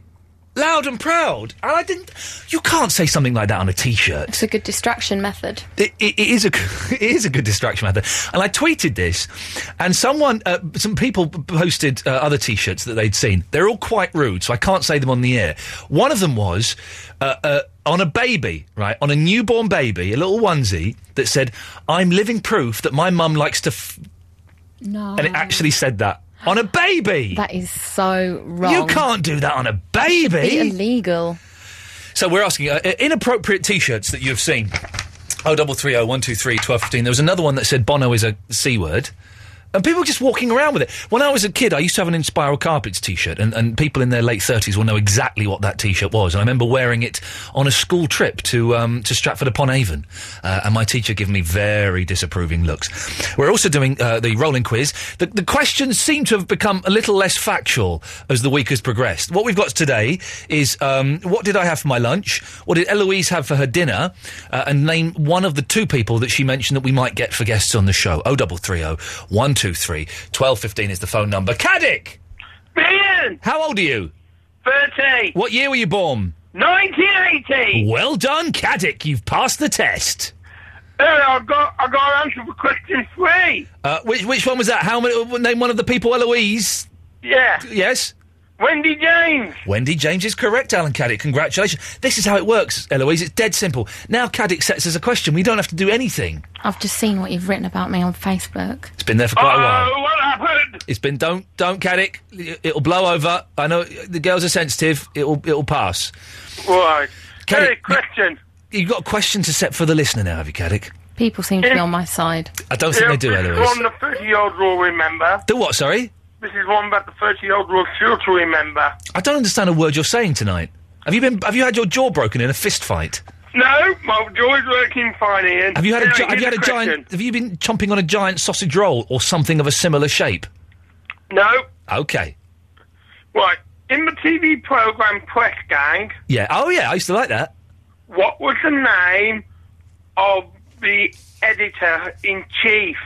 G: loud and proud. And I didn't. You can't say something like that on a t shirt.
D: It's a good distraction method.
G: It, it, it is a g- it is a good distraction method, and I tweeted this, and someone uh, some people p- posted uh, other T-shirts that they'd seen. They're all quite rude, so I can't say them on the air. One of them was uh, uh, on a baby, right, on a newborn baby, a little onesie that said, "I'm living proof that my mum likes to," f-,
D: No.
G: and it actually said that on a baby.
D: That is so wrong.
G: You can't do that on a baby.
D: Be illegal.
G: So we're asking uh, uh, inappropriate T-shirts that you've seen. Oh, double three oh one two three twelve fifteen. There was another one that said Bono is a c word, and people were just walking around with it. When I was a kid, I used to have an Inspiral Carpets T-shirt, and, and people in their late thirties will know exactly what that T-shirt was. And I remember wearing it on a school trip to um, to Stratford upon Avon, uh, and my teacher gave me very disapproving looks. We're also doing uh, the rolling quiz. The, the questions seem to have become a little less factual as the week has progressed. What we've got today is um, what did I have for my lunch? What did Eloise have for her dinner? Uh, and name one of the two people that she mentioned that we might get for guests on the show. Oh, 0330 123 1215 is the phone number. Caddick!
M: Brilliant!
G: How old are you?
M: 30.
G: What year were you born?
M: 1980.
G: Well done, Caddick. You've passed the test.
M: Uh, I got I got an answer for question three.
G: Uh, which which one was that? How many? uh, Name one of the people, Eloise.
M: Yeah.
G: Yes.
M: Wendy James.
G: Wendy James is correct, Alan Caddick. Congratulations. This is how it works, Eloise. It's dead simple. Now Caddick sets us a question. We don't have to do anything.
D: I've just seen what you've written about me on Facebook.
G: It's been there for quite a while.
M: Oh, what happened?
G: It's been don't don't Caddick. It- It'll blow over. I know the girls are sensitive. It'll it'll pass.
M: Right.
G: Caddick,
M: question.
G: You, have got a question to set for the listener now, have you, Caddick?
D: People seem to be on my side.
G: I don't think they do,
M: This
G: Eloise.
M: one the 30 year old will remember.
G: Do what? Sorry,
M: This is one that the 30 year old will sure to remember.
G: I don't understand a word you're saying tonight. Have you been? Have you had your jaw broken in a fist fight?
M: No, my jaw's working fine, Ian.
G: Have you had a,
M: Anyway,
G: gi- have you had
M: here's
G: a
M: the question.
G: giant? Have you been chomping on a giant sausage roll or something of a similar shape?
M: No.
G: Okay.
M: Right. In the TV program Press Gang,
G: Yeah. Oh yeah. I used to like that.
M: what was the name of the editor in chief?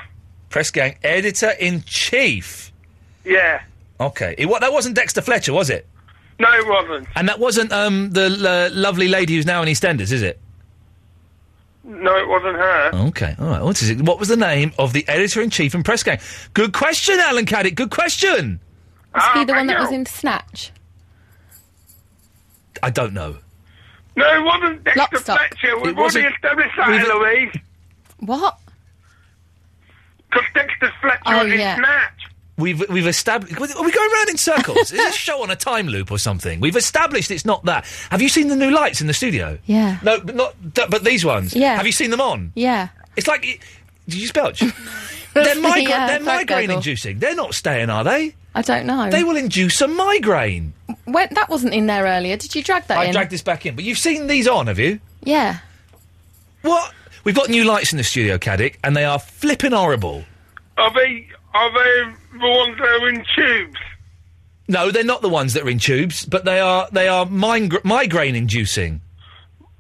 G: Press gang editor in chief.
M: Yeah.
G: Okay. It, what, that wasn't Dexter Fletcher, was it?
M: No, it wasn't.
G: uh, And that wasn't um, the l- lovely lady who's now in EastEnders, is it?
M: No, it wasn't her.
G: Okay, all right. What is it? What was the name of the editor in chief and press gang? Good question, Alan Caddick. Good question.
D: Was
M: Ah,
D: he the one that was in Snatch?
G: I don't know.
M: No, it wasn't Dexter Fletcher. We've already
G: wasn't-
M: established that,
G: We've-
M: Eloise.
D: What?
M: Because Dexter Fletcher
G: Oh,
M: was in
G: yeah.
M: Snatch.
G: We've we've established. Are we going round in circles? is this show on a time loop or something? We've established it's not that. Have you seen the new lights in the studio?
D: Yeah.
G: No, but not th- but these ones.
D: Yeah.
G: Have you seen them on?
D: Yeah.
G: It's like. It, did you belch? they're migra-
D: Yeah,
G: they're
D: throat
G: migraine
D: gurgle.
G: inducing. They're not staying, are they?
D: I don't know.
G: They will induce a migraine.
D: When, that wasn't in there earlier. Did you drag that
G: I
D: in?
G: dragged this back in, but you've seen these on, have you?
D: yeah.
G: What? We've got new lights in the studio, Caddick, and they are flipping horrible.
M: Are they, are they the ones that are in tubes?
G: No, they're not the ones that are in tubes, but they are they are migra- migraine inducing.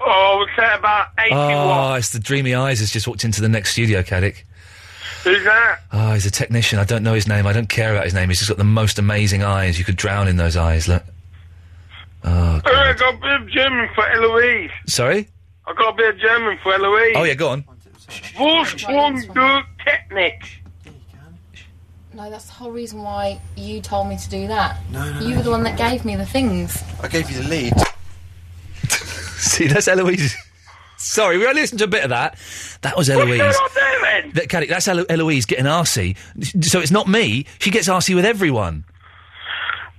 M: Oh, we'll say about 80
G: Ah, it's the dreamy eyes has just walked into the next studio, Caddick. Oh.
M: Who's that?
G: Ah, he's a technician. I don't know his name. I don't care about his name. He's just got the most amazing eyes. You could drown in those eyes. Look. Oh,
M: Oh, I got a bit of German for Eloise.
G: sorry.
M: I got a bit of German for Eloise.
G: Oh yeah, go on.
M: Vorsprung durch Technik.
D: No, that's the whole reason why you told me to do that. No, no. You were the one that gave me the things.
N: I gave you the lead.
G: See, that's Eloise. Sorry, we only listened to a bit of that. That was
M: What's
G: Eloise.
M: going on there, then?
G: That, Caddick, that's Elo- Eloise getting arsey. So it's not me. She gets arsey with everyone.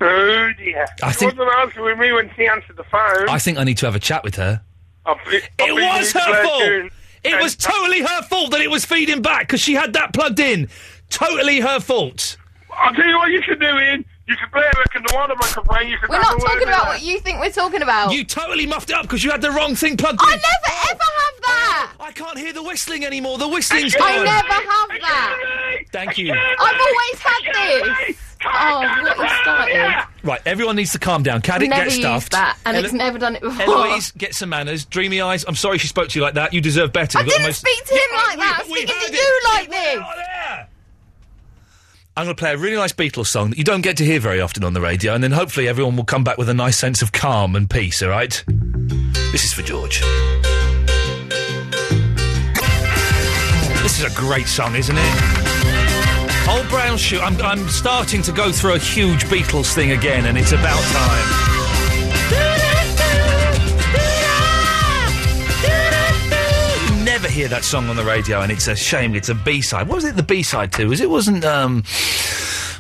M: Oh dear.
G: I think-
M: She wasn't answering with me when she answered the phone.
G: I think I need to have a chat with her.
M: I be- I
G: It
M: be-
G: was her fault.
M: and-
G: It was totally her fault that it was feeding back because she had that plugged in. Totally her fault.
M: I'll tell you what you should do, Ian. You should play a record the one of us complain. You should
D: We're
M: have
D: not
M: a word
D: talking
M: with
D: about
M: her.
D: what you think we're talking about.
G: You totally muffed it up because you had the wrong thing plugged
D: I
G: in.
D: never ever have that.
G: I can't hear the whistling anymore. The whistling's gone.
D: I never have that.
G: Thank you.
D: I've always had this. Oh, what you started.
G: Right, everyone needs to calm down. Caddick
D: never
G: gets
D: used
G: stuffed.
D: that, and
G: Elo-
D: it's never done it before.
G: Eloise, get some manners. Dreamy eyes. I'm sorry she spoke to you like that. You deserve better.
D: I
G: You've got the
D: didn't
G: most-
D: speak to him like that. I was speaking to you like this.
G: I'm going to play a really nice Beatles song that you don't get to hear very often on the radio, and then hopefully everyone will come back with a nice sense of calm and peace, all right? This is for George. This is a great song, isn't it? Old Brown Shoe. I'm, I'm starting to go through a huge Beatles thing again, and it's about time. You never hear that song on the radio, and it's a shame. It's a B side. What was it? The B side to? Was it wasn't um,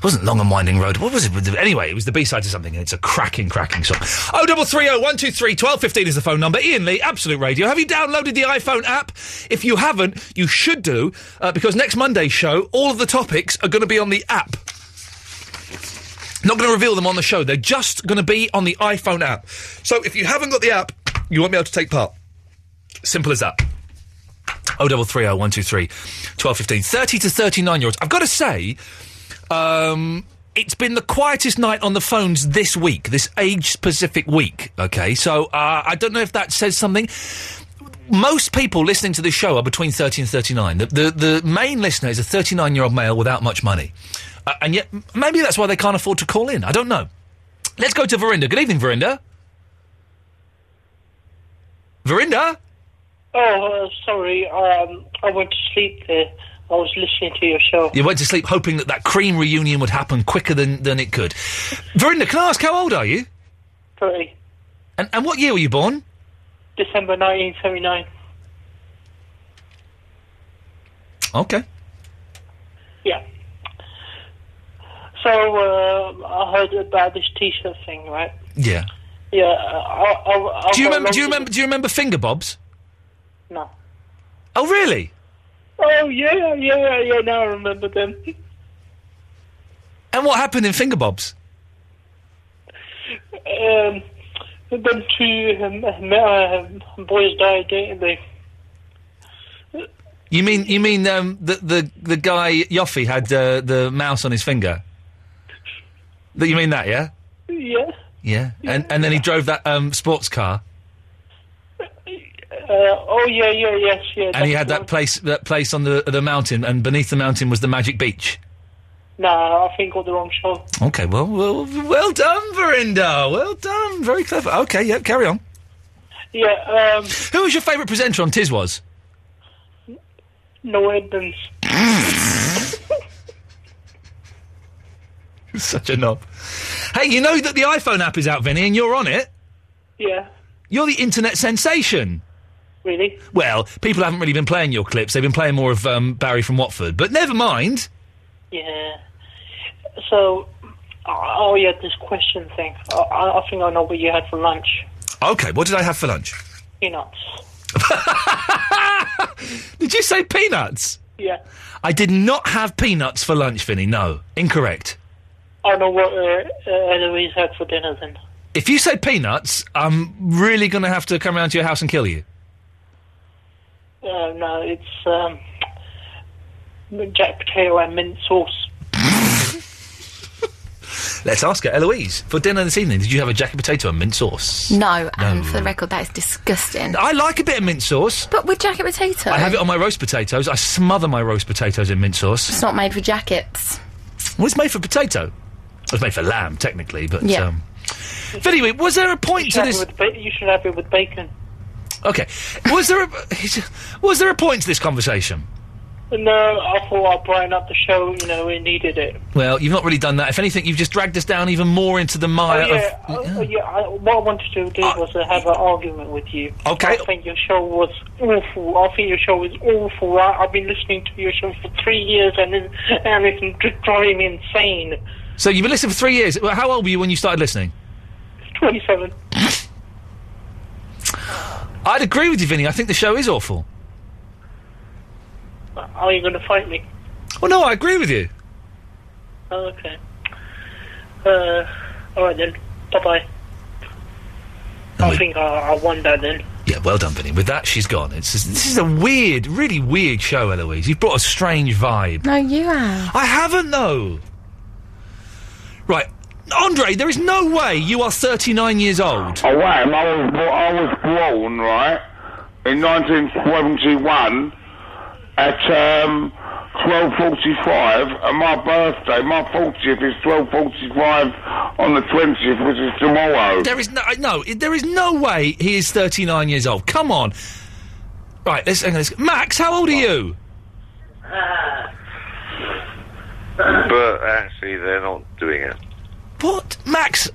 G: wasn't Long and Winding Road? What was it? with the- Anyway, it was the B side to something, and it's a cracking, cracking song. Oh, double three oh one two three twelve fifteen is the phone number. Ian Lee, Absolute Radio. Have you downloaded the iPhone app? If you haven't, you should do uh, because next Monday's show, all of the topics are going to be on the app. Not going to reveal them on the show. They're just going to be on the iPhone app. So if you haven't got the app, you won't be able to take part. Simple as that. Oh, double three, oh, one, two, three, twelve, fifteen, thirty to thirty-nine year olds. I've got to say, um, it's been the quietest night on the phones this week, this age-specific week. Okay, so uh, I don't know if that says something. Most people listening to this show are between thirty and thirty-nine. The the, the main listener is a thirty-nine-year-old male without much money, uh, and yet m- maybe that's why they can't afford to call in. I don't know. Let's go to Verinda. Good evening, Verinda. Verinda.
O: Oh, uh, sorry. Um, I went to sleep there. I was listening to your show.
G: You went to sleep hoping that that cream reunion would happen quicker than, than it could. Verinda, can I ask how old are you?
O: Sorry.
G: And, and what year were you born?
O: December 1979.
G: Okay.
O: Yeah. So, uh, I heard about this t-shirt thing, right?
G: Yeah.
O: Yeah, uh, I... I, I
G: Do you
O: got
G: remember? Do
O: lots
G: you remember? Do you remember finger bobs?
O: of- No.
G: Oh, really?
O: Oh, yeah, yeah, yeah, now I remember them.
G: And what happened in finger bobs?
O: um, them two um,
B: um,
O: uh, boys died, didn't they?
G: You mean you mean um, the the the guy Yoffi had uh, the mouse on his finger? That you mean that? Yeah.
O: Yeah.
G: Yeah. And and then he drove that um, sports car,
O: Uh, oh, yeah, yeah, yes, yeah.
G: and
O: that's
G: he had
O: the
G: that place that place on the the mountain, and beneath the mountain was the magic beach.
O: No, I think got the wrong show.
G: Okay, well, well, well done, Verinda. Well done. Very clever. Okay, yep, carry on.
O: Yeah. Um,
G: Who was your favourite presenter on Tiz was?
B: No evidence.
G: Such a knob. Hey, you know that the iPhone app is out, Vinny, and you're on it.
B: Yeah,
G: You're the internet sensation.
B: really.
G: Well, people haven't really been playing your clips. They've been playing more of um, Barry from Watford. But never mind.
B: Yeah. So, oh, oh, yeah, this question thing. I, I I think I know what you had for lunch.
G: Okay, what did I have for lunch?
B: Peanuts.
G: Did you say peanuts?
B: Yeah.
G: I did not have peanuts for lunch, Vinny. No, incorrect.
B: I know what uh, uh, Eloise had for dinner then.
G: If you say peanuts, I'm really going to have to come round to your house and kill you.
B: Uh, no, it's um, jack potato and mint sauce.
G: Let's ask her, Eloise, for dinner this evening. Did you have a jacket potato and mint sauce?
D: No, and
G: No.
D: for the record, that is disgusting.
G: I like a bit of mint sauce.
D: But with jacket potato,
G: I have it on my roast potatoes. I smother my roast potatoes in mint
D: it's
G: sauce.
D: not made for jackets.
G: Well, it's made for potato. It's made for lamb, technically, but
D: Yeah.
G: um, But anyway, was there a point
B: you
G: to
B: should have
G: this-
B: it with ba- you should have it with bacon.
G: okay. Was there a was there a point to this conversation?
B: No, I thought I'd brighten up the show. You know, we needed it.
G: Well, you've not really done that. If anything, you've just dragged us down even more into the mire
B: oh, yeah, oh, oh, yeah. I, what I wanted to do was to have an argument with you.
G: Okay.
B: I think your show was awful. I think your show was awful. I, I've been listening to your show for three years, and it, and it's dr- driving me insane.
G: of. So you've been listening for three years. Well, How old were you when you started listening?
B: Twenty-seven.
G: I'd agree with you, Vinny. I think the show is awful.
B: Are you going to fight me?
G: Well, no, I agree with you.
B: Oh, okay. Uh, all right then. Bye bye. I think I, I won that then.
G: Yeah, well done, Vinny. With that, she's gone. It's just- this is a weird, really weird show, Eloise. You've brought a strange vibe.
D: No, you have.
G: I haven't, though. Right, Andre, there is no way you are 39 years old.
N: Oh, wait, I was, I was born, right, in 1971 at um, 12.45, and my birthday, my 40th is 12.45 on the 20th, which is tomorrow.
G: There is no, no, there is no way he is 39 years old. Come on. Right, let's, hang on, let's Max, how old are you?
P: Uh,
K: But actually, they're not doing it.
G: What, Max?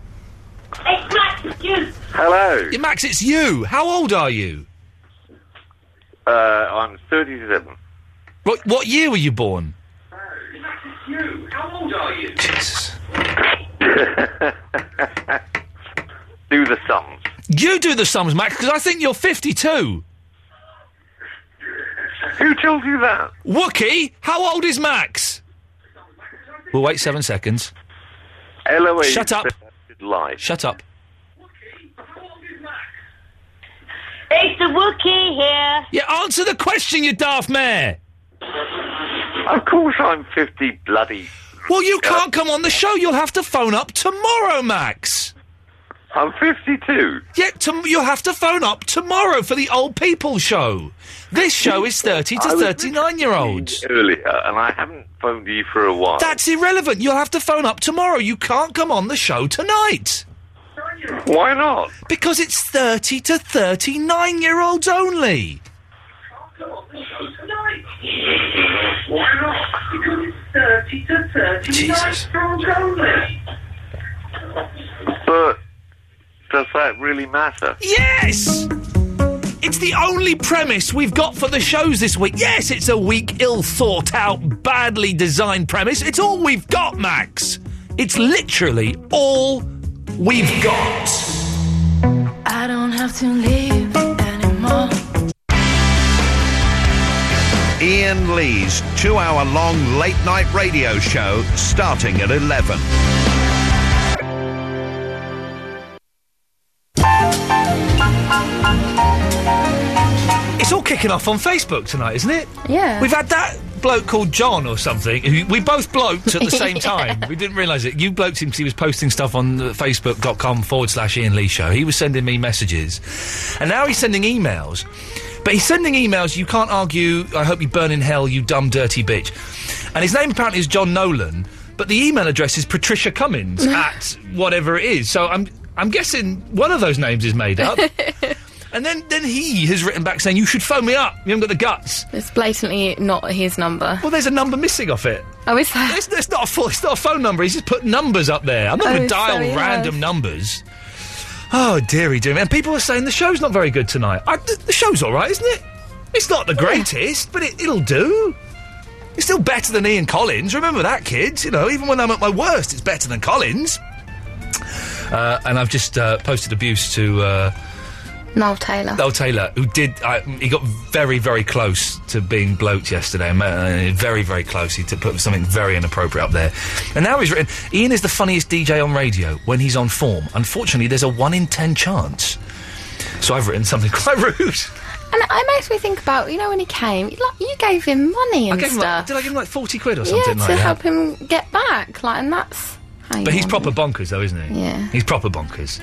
K: It's Max, you. Hello.
G: Yeah, Max, it's you. How old are you?
K: Uh, I'm 37.
G: What, what year were you born?
K: You. How old are you?
G: Jesus.
K: Do the sums.
G: You do the sums, Max, because I think you're 52.
K: Who tells you that?
G: Wookie, how old is Max? We'll wait seven seconds.
K: Eloise.
G: Shut up.
K: Life.
G: Shut up.
P: It's the Wookiee here.
G: Yeah, answer the question, you daft mare.
K: Of course I'm 50 bloody.
G: Well, you can't come on the show. You'll have to phone up tomorrow, Max.
K: I'm 52.
G: Yeah, tom you'll have to phone up tomorrow for the old people show. This show is 30
K: I
G: to
K: was
G: 39 year olds.
K: Earlier, and I haven't phoned you for a while.
G: That's irrelevant. You'll have to phone up tomorrow. You can't come on the show tonight.
K: Why not?
G: Because it's 30 to 39 year olds only.
K: Why not? Because it's 30 to 30.
G: Jesus.
K: But does that really matter?
G: Yes! It's the only premise we've got for the shows this week. Yes, it's a weak, ill thought out, badly designed premise. It's all we've got, Max. It's literally all we've got.
M: I don't have to leave anymore.
Q: Ian Lee's two hour long late night radio show starting at 11.
G: It's all kicking off on Facebook tonight, isn't it?
D: Yeah.
G: We've had that bloke called John or something. who- We both bloked at the same
D: Yeah.
G: time. We didn't realise it. You bloked him because he was posting stuff on uh, facebook.com forward slash Ian Lee Show. He was sending me messages. And now he's sending emails. But he's sending emails, you can't argue, I hope you burn in hell, you dumb, dirty bitch. And his name apparently is John Nolan, but the email address is Patricia Cummins at whatever it is. So I'm, I'm guessing one of those names is made up. And then, then he has written back saying, You should phone me up. You haven't got the guts.
R: It's blatantly not his number.
G: Well, there's a number missing off it.
R: Oh, is there?
G: It's, it's, not a full, it's not a phone number. He's just put numbers up there. I'm not
R: Oh,
G: going to dial
R: sorry,
G: random numbers. Oh, dearie, dear me. And people are saying the show's not very good tonight. I, the, the show's all right, isn't it? It's not the greatest, but it, it'll do. It's still better than Ian Collins. Remember that, kids. You know, even when I'm at my worst, it's better than Collins. Uh, and I've just uh, posted abuse to uh,
R: Noel Taylor.
G: Noel Oh, Taylor, who did. I, he got very, very close to being bloat yesterday. Uh, very, very close. He t- put something very inappropriate up there. And now he's written Ian is the funniest DJ on radio when he's on form. Unfortunately, there's a 1 in 10 chance. So I've written something quite rude.
R: And it it makes me think about, you know, when he came, like, you gave him money and
G: gave him, like-
R: stuff.
G: did I give him like 40 quid or
R: yeah,
G: something
R: to
G: like that?
R: help him get back. Like, and that's. how you
G: But he's
R: want
G: proper bonkers, though, isn't he?
R: Yeah.
G: He's proper bonkers.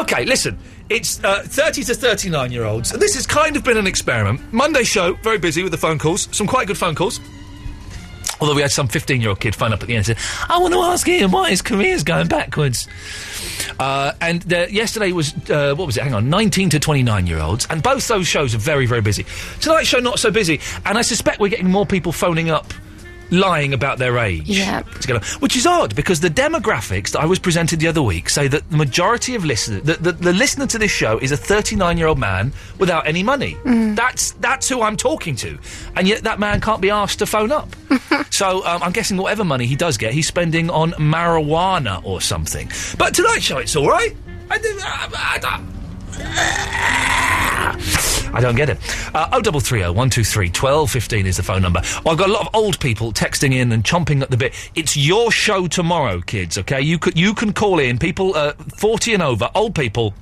G: Okay, listen. It's uh, 30 to 39 year olds. This has kind of been an experiment. Monday show, very busy with the phone calls. Some quite good phone calls. Although we had some 15 year old kid phone up at the end and said, I want to ask Ian why his career's going backwards. Uh, and the, yesterday was, uh, what was it? Hang on, 19 to 29 year olds. And both those shows are very, very busy. Tonight's show, not so busy. And I suspect we're getting more people phoning up lying about their age.
R: Yeah.
G: Together. Which is odd because the demographics that I was presented the other week say that the majority of listeners, the, the, the listener to this show is a 39 year old man without any money. That's, that's who I'm talking to. And yet that man can't be asked to phone up. so um, I'm guessing whatever money he does get, he's spending on marijuana or something. But tonight's show, it's all right. I, do- I, I, I, Ah, I don't get it. Uh, 0330 123 1215 is the phone number. Oh, I've got a lot of old people texting in and chomping at the bit. It's your show tomorrow, kids, okay? You, could, you can call in. People uh, 40 and over, old people,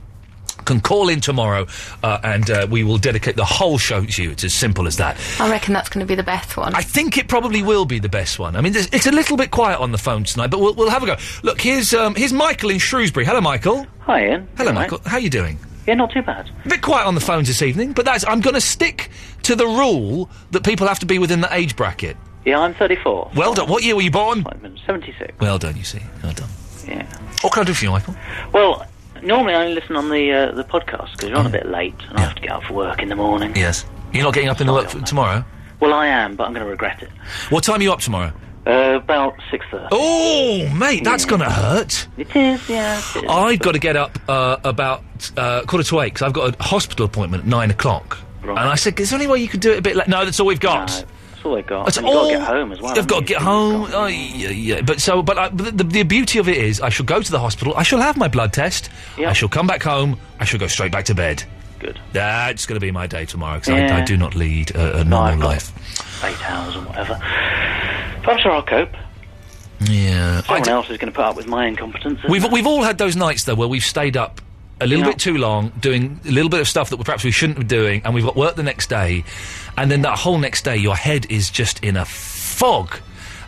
G: can call in tomorrow uh, and uh, we will dedicate the whole show to you. It's as simple as that.
R: I reckon that's going to be the best one.
G: I think it probably will be the best one. I mean, there's- it's a little bit quiet on the phone tonight, but we'll, we'll have a go. Look, here's, um, here's Michael in Shrewsbury. Hello, Michael.
S: Hi, Ian.
G: Hello,
S: You all right?
G: Michael. How you doing?
S: Yeah, not too bad.
G: A bit quiet on the phones this evening, but that's I'm going to stick to the rule that people have to be within the age bracket.
S: Yeah, I'm 34.
G: Well done. What year were you born?
S: 76.
G: Well done, you see. Well done.
S: Yeah.
G: What can I do for you, Michael?
S: Well, normally I only listen on the uh, the podcast because you're on a bit late and I have to get out for work in the morning.
G: Oh. Yes. You're not getting up in the work for tomorrow.
S: Well, I am, but I'm going to regret it.
G: What time are you up tomorrow?
S: Uh, about 6.30.
G: Oh, mate, that's going to hurt.
S: It is, yeah. It is.
G: I've got to get up uh, about uh, quarter to eight because I've got a hospital appointment at nine o'clock. And I said, "Is there any way you could do it a bit late?" No, that's all we've got.
S: That's all I got.
G: That's
S: and you've got
G: all-
S: to get home as well.
G: I've
S: haven't
G: got to
S: you?
G: get home. Oh, yeah, yeah. But so, but, I, but the, the beauty of it is, I shall go to the hospital. I shall have my blood test. I shall come back home. I shall go straight back to bed.
S: Good.
G: That's going to be my day tomorrow because I, I
S: Yeah.
G: do not lead a, a normal life.
S: Eight hours or whatever. But I'm sure I'll cope.
G: Yeah. I
S: Someone else is going to put up with my incompetence. isn't
G: We've
S: they?
G: we've all had those nights though where we've stayed up a little
S: Yeah.
G: bit too long doing a little bit of stuff that perhaps we shouldn't be doing, and we've got work the next day, and then that whole next day your head is just in a fog.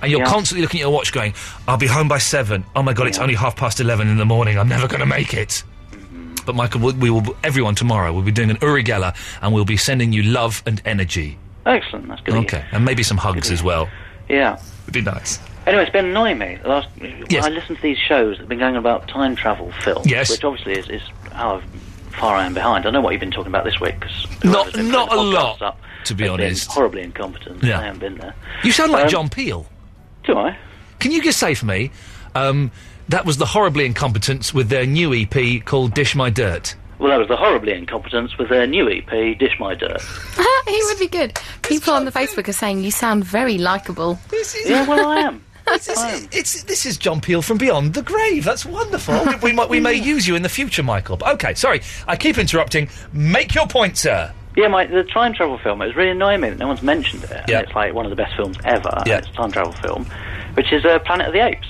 G: And you're
S: Yeah.
G: constantly looking at your watch, going, "I'll be home by seven. Oh my god, it's only half past eleven in the morning. I'm never going to make it."
S: Mm-hmm.
G: But Michael, we, we will. Everyone tomorrow, we'll be doing an Uri Geller, and we'll be sending you love and energy.
S: Excellent. That's good. of you.
G: okay, and maybe some hugs as well.
S: Yeah.
G: It'd be nice.
S: Anyway, it's been annoying me. The Last, I listen to these shows that have been going on about time travel films,
G: Yes.
S: which obviously is, is how far I am behind. I know what you've been talking about this week, because
G: Not not a lot, to be honest.
S: horribly incompetent.
G: Yeah.
S: I haven't been there.
G: You sound like
S: Um,
G: John Peel.
S: Do I?
G: Can you just say for me, um, that was the horribly incompetence with their new EP called Dish My Dirt?
S: Well, that was the horribly incompetence with their new EP, Dish My Dirt.
R: he would be good. People on the Facebook are saying you sound very likable.
S: Yeah, well, I am.
G: This is, it's, this is John Peel from Beyond the Grave. That's wonderful. we, we might, we may use you in the future, Michael. But okay, sorry, I keep interrupting. Make your point, sir.
S: Yeah, my, the time travel film, it's really annoying me that no one's mentioned it. Yeah. It's like one of the best films ever. Yeah. It's a time travel film, which is uh, Planet of the Apes.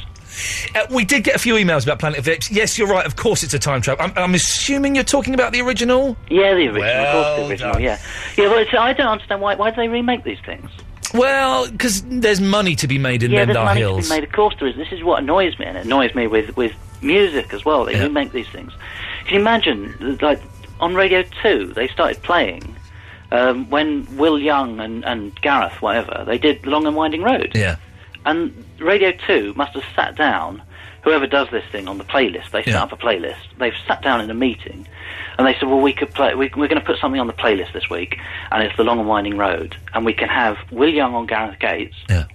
G: Uh, we did get a few emails about Planet of the Apes. Yes, you're right. Of course, it's a time travel. I'm, I'm assuming you're talking about the original.
S: Yeah, the original. of course,
G: Well
S: the original.
G: done.
S: Yeah, yeah. Well, it's, I don't understand why. Why do they remake these things?
G: Well, because there's money to be made in
S: yeah, there's
G: Mendar
S: money
G: Hills.
S: to be made. Of course, there is. This is what annoys me, and it annoys me with with music as well. They
G: Yeah.
S: remake these things. Can you imagine? Like on Radio Two, they started playing um, when Will Young and, and Gareth, whatever, they did Long and Winding Road.
G: Yeah.
S: And Radio Two must have sat down whoever does this thing on the playlist, they set up a playlist. They've sat down in a meeting, and they said, "Well, we could play. We, we're going to put something on the playlist this week, and it's the Long and Winding Road, and we can have Will Young on Gareth Gates,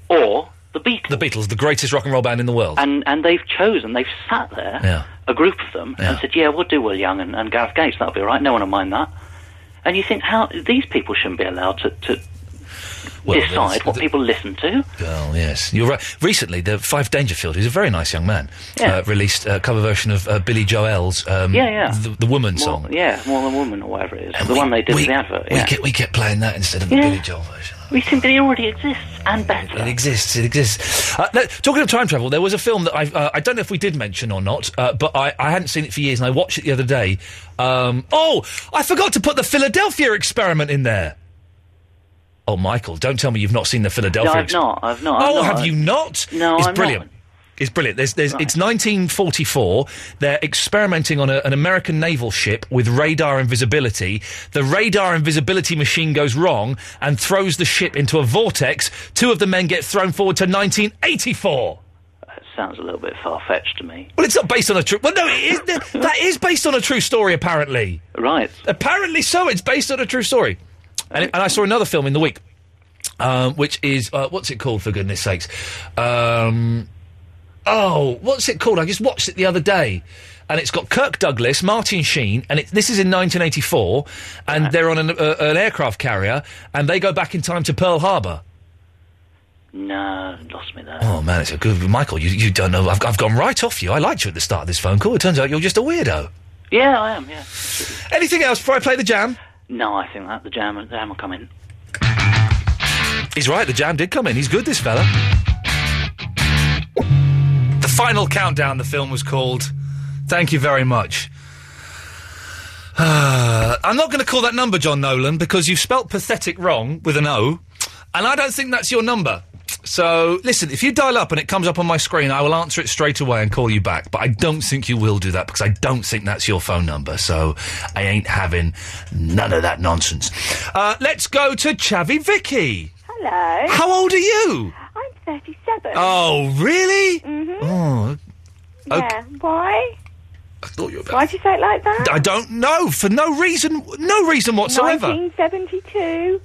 S: or the Beatles.
G: The Beatles, the greatest rock and roll band in the world.
S: and and they've chosen. They've sat there,
G: Yeah.
S: a group of them, and said, "Yeah, we'll do Will Young and, and Gareth Gates. That'll be all right. No one will mind that." And you think how these people shouldn't be allowed to. to
G: Well,
S: decide
G: there's-
S: what people listen to.
G: Well, yes, you're right. Recently, the Five Dangerfield, who's a very nice young man,
S: Yeah.
G: uh, released a cover version of uh, Billy Joel's um,
S: Yeah, yeah.
G: The, the Woman
S: More-
G: song.
S: Yeah, more than woman or whatever it is. the one they did with the advert.
G: We,
S: yeah.
G: kept, we kept playing that instead of the
S: Yeah.
G: Billy Joel version.
S: We think that he already exists and better.
G: It exists. It exists. Uh, no, talking of time travel, there was a film that I uh, I don't know if we did mention or not, uh, but I, I hadn't seen it for years, and I watched it the other day. Um, oh, I forgot to put the Philadelphia Experiment in there. Oh, Michael, don't tell me you've not seen the
S: No,
G: Philadelphia.
S: I've
G: Ex-
S: not. I've not.
G: oh,
S: I've not.
G: have you not?
S: No,
G: it's
S: I'm
G: brilliant.
S: not.
G: It's brilliant. There's, there's, It's 1944. They're experimenting on a, an American naval ship with radar invisibility. The radar invisibility machine goes wrong and throws the ship into a vortex. Two of the men get thrown forward to 1984.
S: That sounds a little bit far fetched to me.
G: Well, it's not based on a true. Well, no, it is, that that is based on a true story, apparently.
S: Right.
G: Apparently, so it's based on a true story. And, and I saw another film in the week, um, which is uh, what's it called? For goodness sakes, um, oh, what's it called? I just watched it the other day, and it's got Kirk Douglas, Martin Sheen, and it, this is in 1984, and they're on an, uh, an aircraft carrier, and they go back in time to Pearl Harbor.
S: No, lost me there.
G: Oh man, it's a good Michael. You, you don't know. I've, I've gone right off you. I liked you at the start of this phone call. It turns out you're just a weirdo.
S: Yeah, I am. Yeah.
G: Anything else before I play the jam?
S: No, I think that the jam, the jam will come in.
G: He's right. The jam did come in. He's good. This fella. The final countdown. The film was called. Thank you very much. I'm not going to call that number, John Nolan, because you've spelt pathetic wrong with an O, and I don't think that's your number. So, listen, if you dial up and it comes up on my screen, I will answer it straight away and call you back. But I don't think you will do that because I don't think that's your phone number. So, I ain't having none of that nonsense. Uh, let's go to Chavi Vicky.
T: Hello.
G: How old are you?
T: I'm 37.
G: Oh, really? Mm-hmm. Oh,
T: Yeah. Why?
G: I thought you were about.
T: Why'd you say it like that?
G: I don't know for no reason, no reason whatsoever.
T: 1972.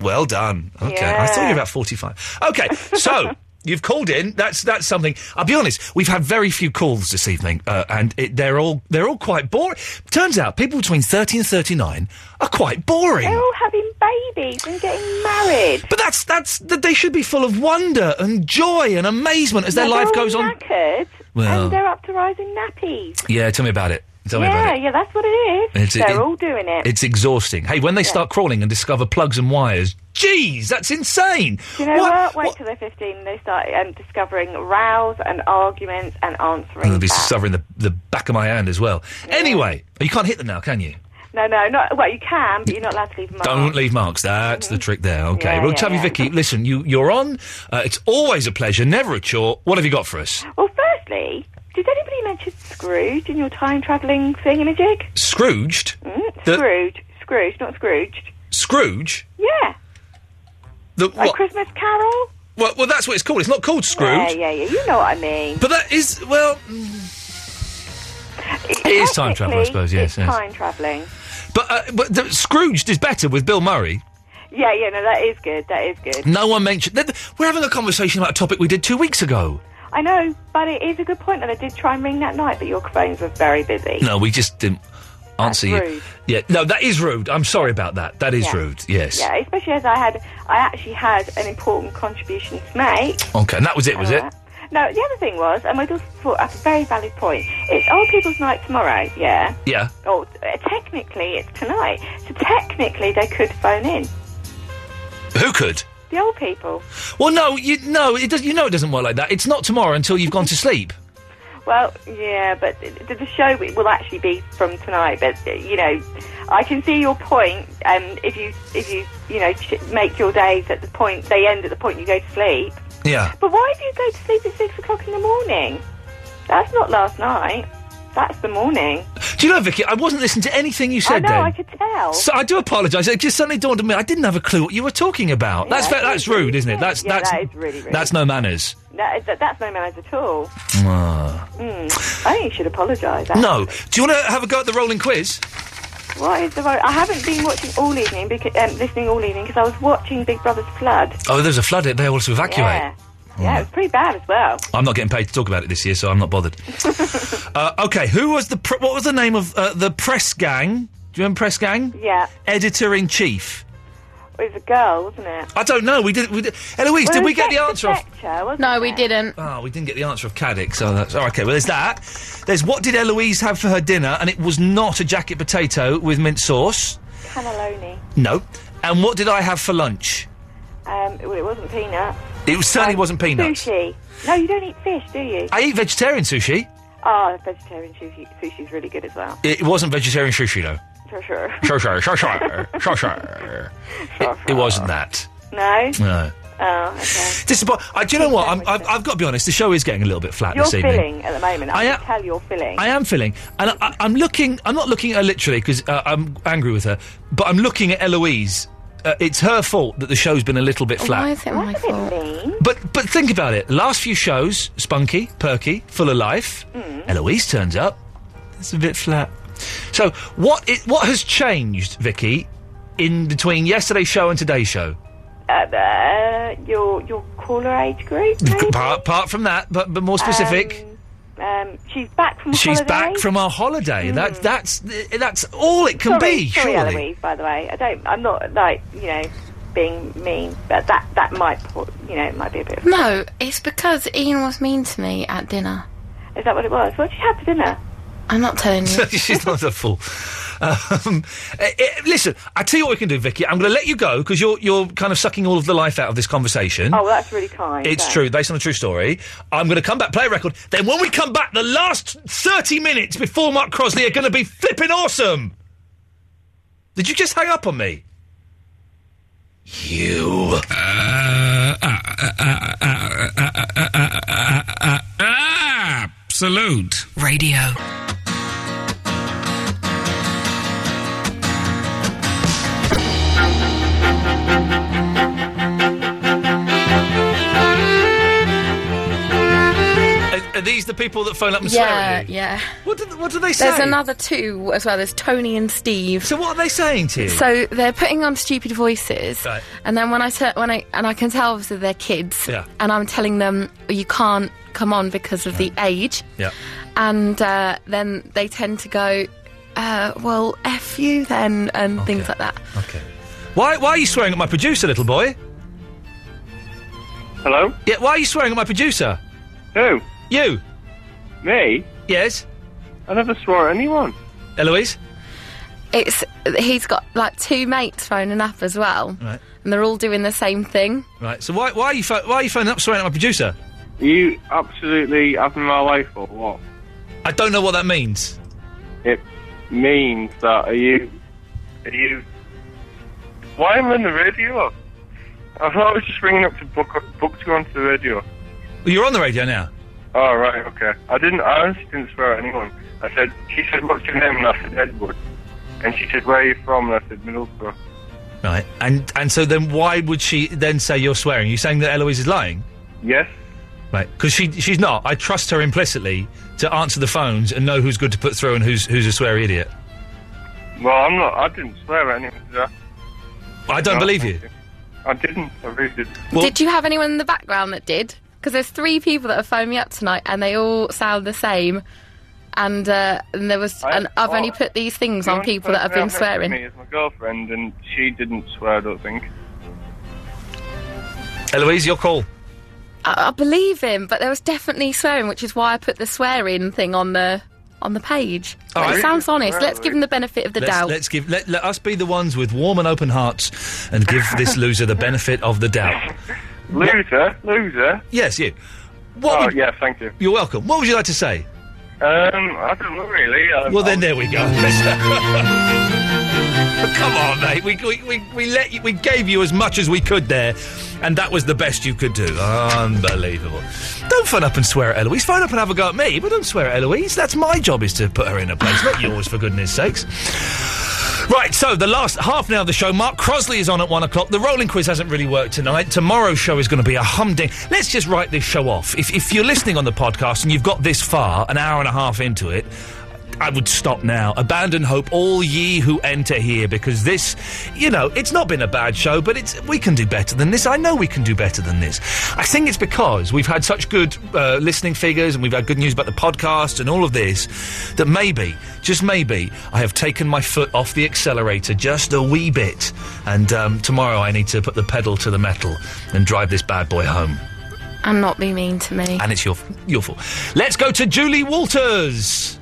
G: Well done. Okay, I thought you were
T: Yeah.
G: about forty-five. Okay, so you've called in. That's that's something. I'll be honest. We've had very few calls this evening, uh, and it, they're all they're all quite boring. Turns out people between thirty and thirty-nine are quite boring.
T: They're all having babies and getting married.
G: But that's that's that they should be full of wonder and joy and amazement as their
T: Yeah,
G: life
T: they're all
G: goes on. Oh.
T: knackered,
G: Well.
T: and uh, they're up to rising nappies.
G: Yeah, tell me about it. Tell me
T: yeah,
G: about it.
T: yeah, that's what it is.
G: It's-
T: they're
G: it-
T: all doing it.
G: It's exhausting. Hey, when they start crawling and discover plugs and wires, geez, that's insane.
T: Do you know
G: What-
T: what? Wait till they're 15 and they start um, discovering rows and arguments and answering.
G: And they'll be covering the, the back of my hand as well. Anyway, you can't hit them now, can you?
T: No, no, not. Well, you can, but you're not allowed to leave them
G: Don't leave marks. That's the trick there. Okay.
T: Mm-hmm. Yeah,
G: well,
T: yeah,
G: Chubby
T: yeah.
G: Vicky, listen, you, you're on. Uh, it's always a pleasure, never a chore. What have you got for us?
T: Well, firstly, did anybody mention Scrooge in your time travelling thingamajig?
G: Scrooged?
T: Mm?
G: The-
T: Scrooge. Scrooge, not Scrooged.
G: Scrooge?
T: Yeah.
G: The,
T: Like
G: what?
T: Christmas Carol?
G: Well, well, that's what it's called. It's not called Scrooge.
T: Yeah, yeah, yeah. You know what I mean. Mm.
G: But that is, well. It is time travel, I
T: Technically,
G: suppose, yes,
T: It's
G: yes.
T: time travelling.
G: But, uh, but the, Scrooged is better with Bill Murray.
T: Yeah, yeah, no, that is good. That is good.
G: No one mentioned. th- th- We're having a conversation about a topic we did two weeks ago.
T: I know, but it is a good point, and I did try and ring that night, but your phones were very busy.
G: No, we just didn't answer you.
T: rude.
G: Yeah, no, that is rude. I'm sorry about that. That is
T: Yeah.
G: rude. Yes.
T: Yeah, especially as I had, I actually had an important contribution to make.
G: Okay, and that was it, was it?
T: No, the other thing was, and my daughter brought up a very valid point. It's Old People's Night tomorrow, yeah.
G: Yeah.
T: Or uh, technically, it's tonight. So technically, they could phone in
G: Who could?
T: the old people.
G: Well, no, you no, it does. You know, it doesn't work like that. It's not tomorrow until you've gone to sleep.
T: Well, yeah, but th- th- the show will actually be from tonight. But uh, you know, I can see your point. Um, if you if you you know ch- make your days at the point they end at the point you go to sleep.
G: Yeah.
T: But why do you go to sleep at six o'clock in the morning? That's not last night. That's the morning.
G: Do you know, Vicky? I wasn't listening to anything you said.
T: I know,
G: then.
T: I could tell.
G: So I do apologise. It just suddenly dawned on me. I didn't have a clue what you were talking about. that's
T: Yeah,
G: fa- that's rude, isn't it? That's
T: Yeah,
G: that's
T: that is really rude.
G: that's no manners.
T: No, that, that's no manners at all.
G: Ah.
T: Mm. I think you should apologise. actually.
G: No. Do you want to have a go at the rolling quiz?
T: What is the right? I haven't been watching all evening, because, um, listening all evening, because I was watching Big Brother's Flood.
G: Oh, there's a flood. They all to evacuate. Mm.
T: Yeah. Yeah, it was pretty bad as well.
G: I'm not getting paid to talk about it this year, so I'm not bothered. uh, okay, who was the pr- what was the name of uh, the press gang? Do you remember press gang?
T: Yeah.
G: Editor in chief.
T: It was a girl, wasn't it?
G: I don't know. We did. We did. Eloise,
T: Well,
G: did
T: it
G: we
T: was
G: get the answer?
T: Dexter
G: Off?
T: Fletcher, wasn't
U: No, we didn't.
G: Oh, we didn't get the answer of Caddick, so that's oh, okay. Well, there's that. There's what did Eloise have for her dinner, and it was not a jacket potato with mint sauce.
T: it? Cannelloni.
G: No. And what did I have for lunch?
T: Um, well, it wasn't peanut.
G: It was, certainly wasn't peanuts.
T: Sushi. No, you don't eat fish, do you?
G: I eat vegetarian sushi.
T: Oh, the vegetarian sushi sushi's really good as well.
G: It wasn't vegetarian sushi though.
T: For sure.
G: Sure, sure, sure, sure, sure, sure. It, it wasn't that.
T: No?
G: No.
T: Oh, okay.
G: Disappoint. I, do you know what? I'm, I've, I've got to be honest. The show is getting a little bit flat
T: You're
G: this evening.
T: filling at the moment. I,
G: I
T: can tell you're filling.
G: I am feeling, and I- I, I'm looking. I'm not looking at her literally because uh, I'm angry with her, but I'm looking at Eloise. Uh, it's her fault that the show's been a little bit flat.
D: Why is it my fault?
G: But but think about it. Last few shows, spunky, perky, full of life.
T: Hmm.
G: Eloise turns up. It's a bit flat. So what is, what has changed, Vicky, in between yesterday's show and today's show?
T: Uh, uh, your your caller age group.
G: Mm.
T: maybe?
G: Apart, apart from that, but but more specific.
T: Um, she's back from
G: She's
T: holiday. Hmm.
G: back from our holiday. That's that's that's all it can
T: sorry,
G: be.
T: Sorry,
G: surely.
T: Eloise. By the way, I don't. I'm not like you know being mean, but that that might put- you know it might be a bit.
D: No, it's because Ian was mean to me at dinner.
T: Is that what it was? What did you have for dinner?
D: I'm not telling you.
G: She's not a fool. Um, eh, eh, listen, I tell you what we can do, Vicky. I'm going to let you go because you're you're kind of sucking all of the life out of this conversation.
T: Oh, well, that's really kind.
G: It's
T: thanks.
G: true, based on a true story. I'm going to come back, play a record. Then when we come back, the last 30 minutes before Mark Crosley are going to be flipping awesome. Did you just hang up on me? You.
V: Absolute
W: Radio.
G: Are, are these the people that phone up and swear
D: yeah,
G: at you?
D: yeah.
G: What do, what do they
D: There's
G: say?
D: another two as well. There's Tony and Steve.
G: So what are they saying to you?
D: So they're putting on stupid voices,
G: Right.
D: and then when I te- when I and I can tell obviously they're kids,
G: Yeah.
D: and I'm telling them you can't come on because of the age,
G: Yeah.
D: and uh, then they tend to go, uh, well, f you then, and things like that.
G: Okay. Why, why are you swearing at my producer, little boy? Hello? Yeah, why are you swearing at my producer? Who? You. Me? Yes. I never swore at anyone. Eloise?
D: It's he's got like two mates phoning up as well,
G: Right.
D: and they're all doing the same thing.
G: Right, so why, why, are you pho- why are you phoning up swearing at my producer?
K: You absolutely having my life or what?
G: I don't know what that means.
K: It means that are you are you why am I on the radio? I thought I was just ringing up to book book to go onto the radio.
G: Well, you're on the radio now.
K: Oh right, okay. I didn't I honestly didn't swear at anyone. I said she said what's your name and I said Edward. And she said where are you from and I said Middlesbrough.
G: Right, and, and so then why would she then say you're swearing? Are you saying that Eloise is lying?
K: Yes?
G: Right, because she, she's not. I trust her implicitly to answer the phones and know who's good to put through and who's, who's a sweary idiot.
K: Well I'm not I didn't swear at anyone did I?
G: I don't
K: No,
G: believe
K: thank
G: you.
K: I didn't. I really didn't.
D: Did you have anyone in the background that did? Because there's three people that have phoned me up tonight, and they all sound the same. And, uh, and there was, and I've only put these things
K: The
D: on
K: only
D: people that have
K: person
D: been
K: that met Me
D: swearing.
K: is my girlfriend, and she didn't swear. I don't think.
G: Eloise, your call.
D: I, I believe him, but there was definitely swearing, which is why I put the swearing thing on the on the page.
G: All
D: But
G: right.
D: It sounds honest. Let's give him the benefit of the
G: Oh, let's,
D: doubt.
G: Let's give let, let us be the ones with warm and open hearts and give this loser the benefit of the doubt.
K: Loser, loser.
G: Yes, you. What
K: oh,
G: would-
K: yeah, thank you.
G: You're welcome. What would you like to say?
K: Um, I don't know really. Um,
G: well, then there we go. But come on, mate. We, we, we, we let you, we gave you as much as we could there, and that was the best you could do. Unbelievable. Don't phone up and swear at Eloise. Phone up and have a go at me, but don't swear at Eloise. That's my job is to put her in a place, not yours, for goodness sakes. Right, so the last half now of the show, Mark Crosley is on at one o'clock. The rolling quiz hasn't really worked tonight. Tomorrow's show is going to be a humding. Let's just write this show off. If, if you're listening on the podcast and you've got this far, an hour and a half into it, I would stop now. Abandon hope, all ye who enter here, because this, you know, it's not been a bad show, but it's we can do better than this. I know we can do better than this. I think it's because we've had such good uh, listening figures and we've had good news about the podcast and all of this that maybe, just maybe, I have taken my foot off the accelerator just a wee bit, and um, tomorrow I need to put the pedal to the metal and drive this bad boy home.
R: And not be mean to me.
G: And it's your f- your fault. Let's go to Julie Walters.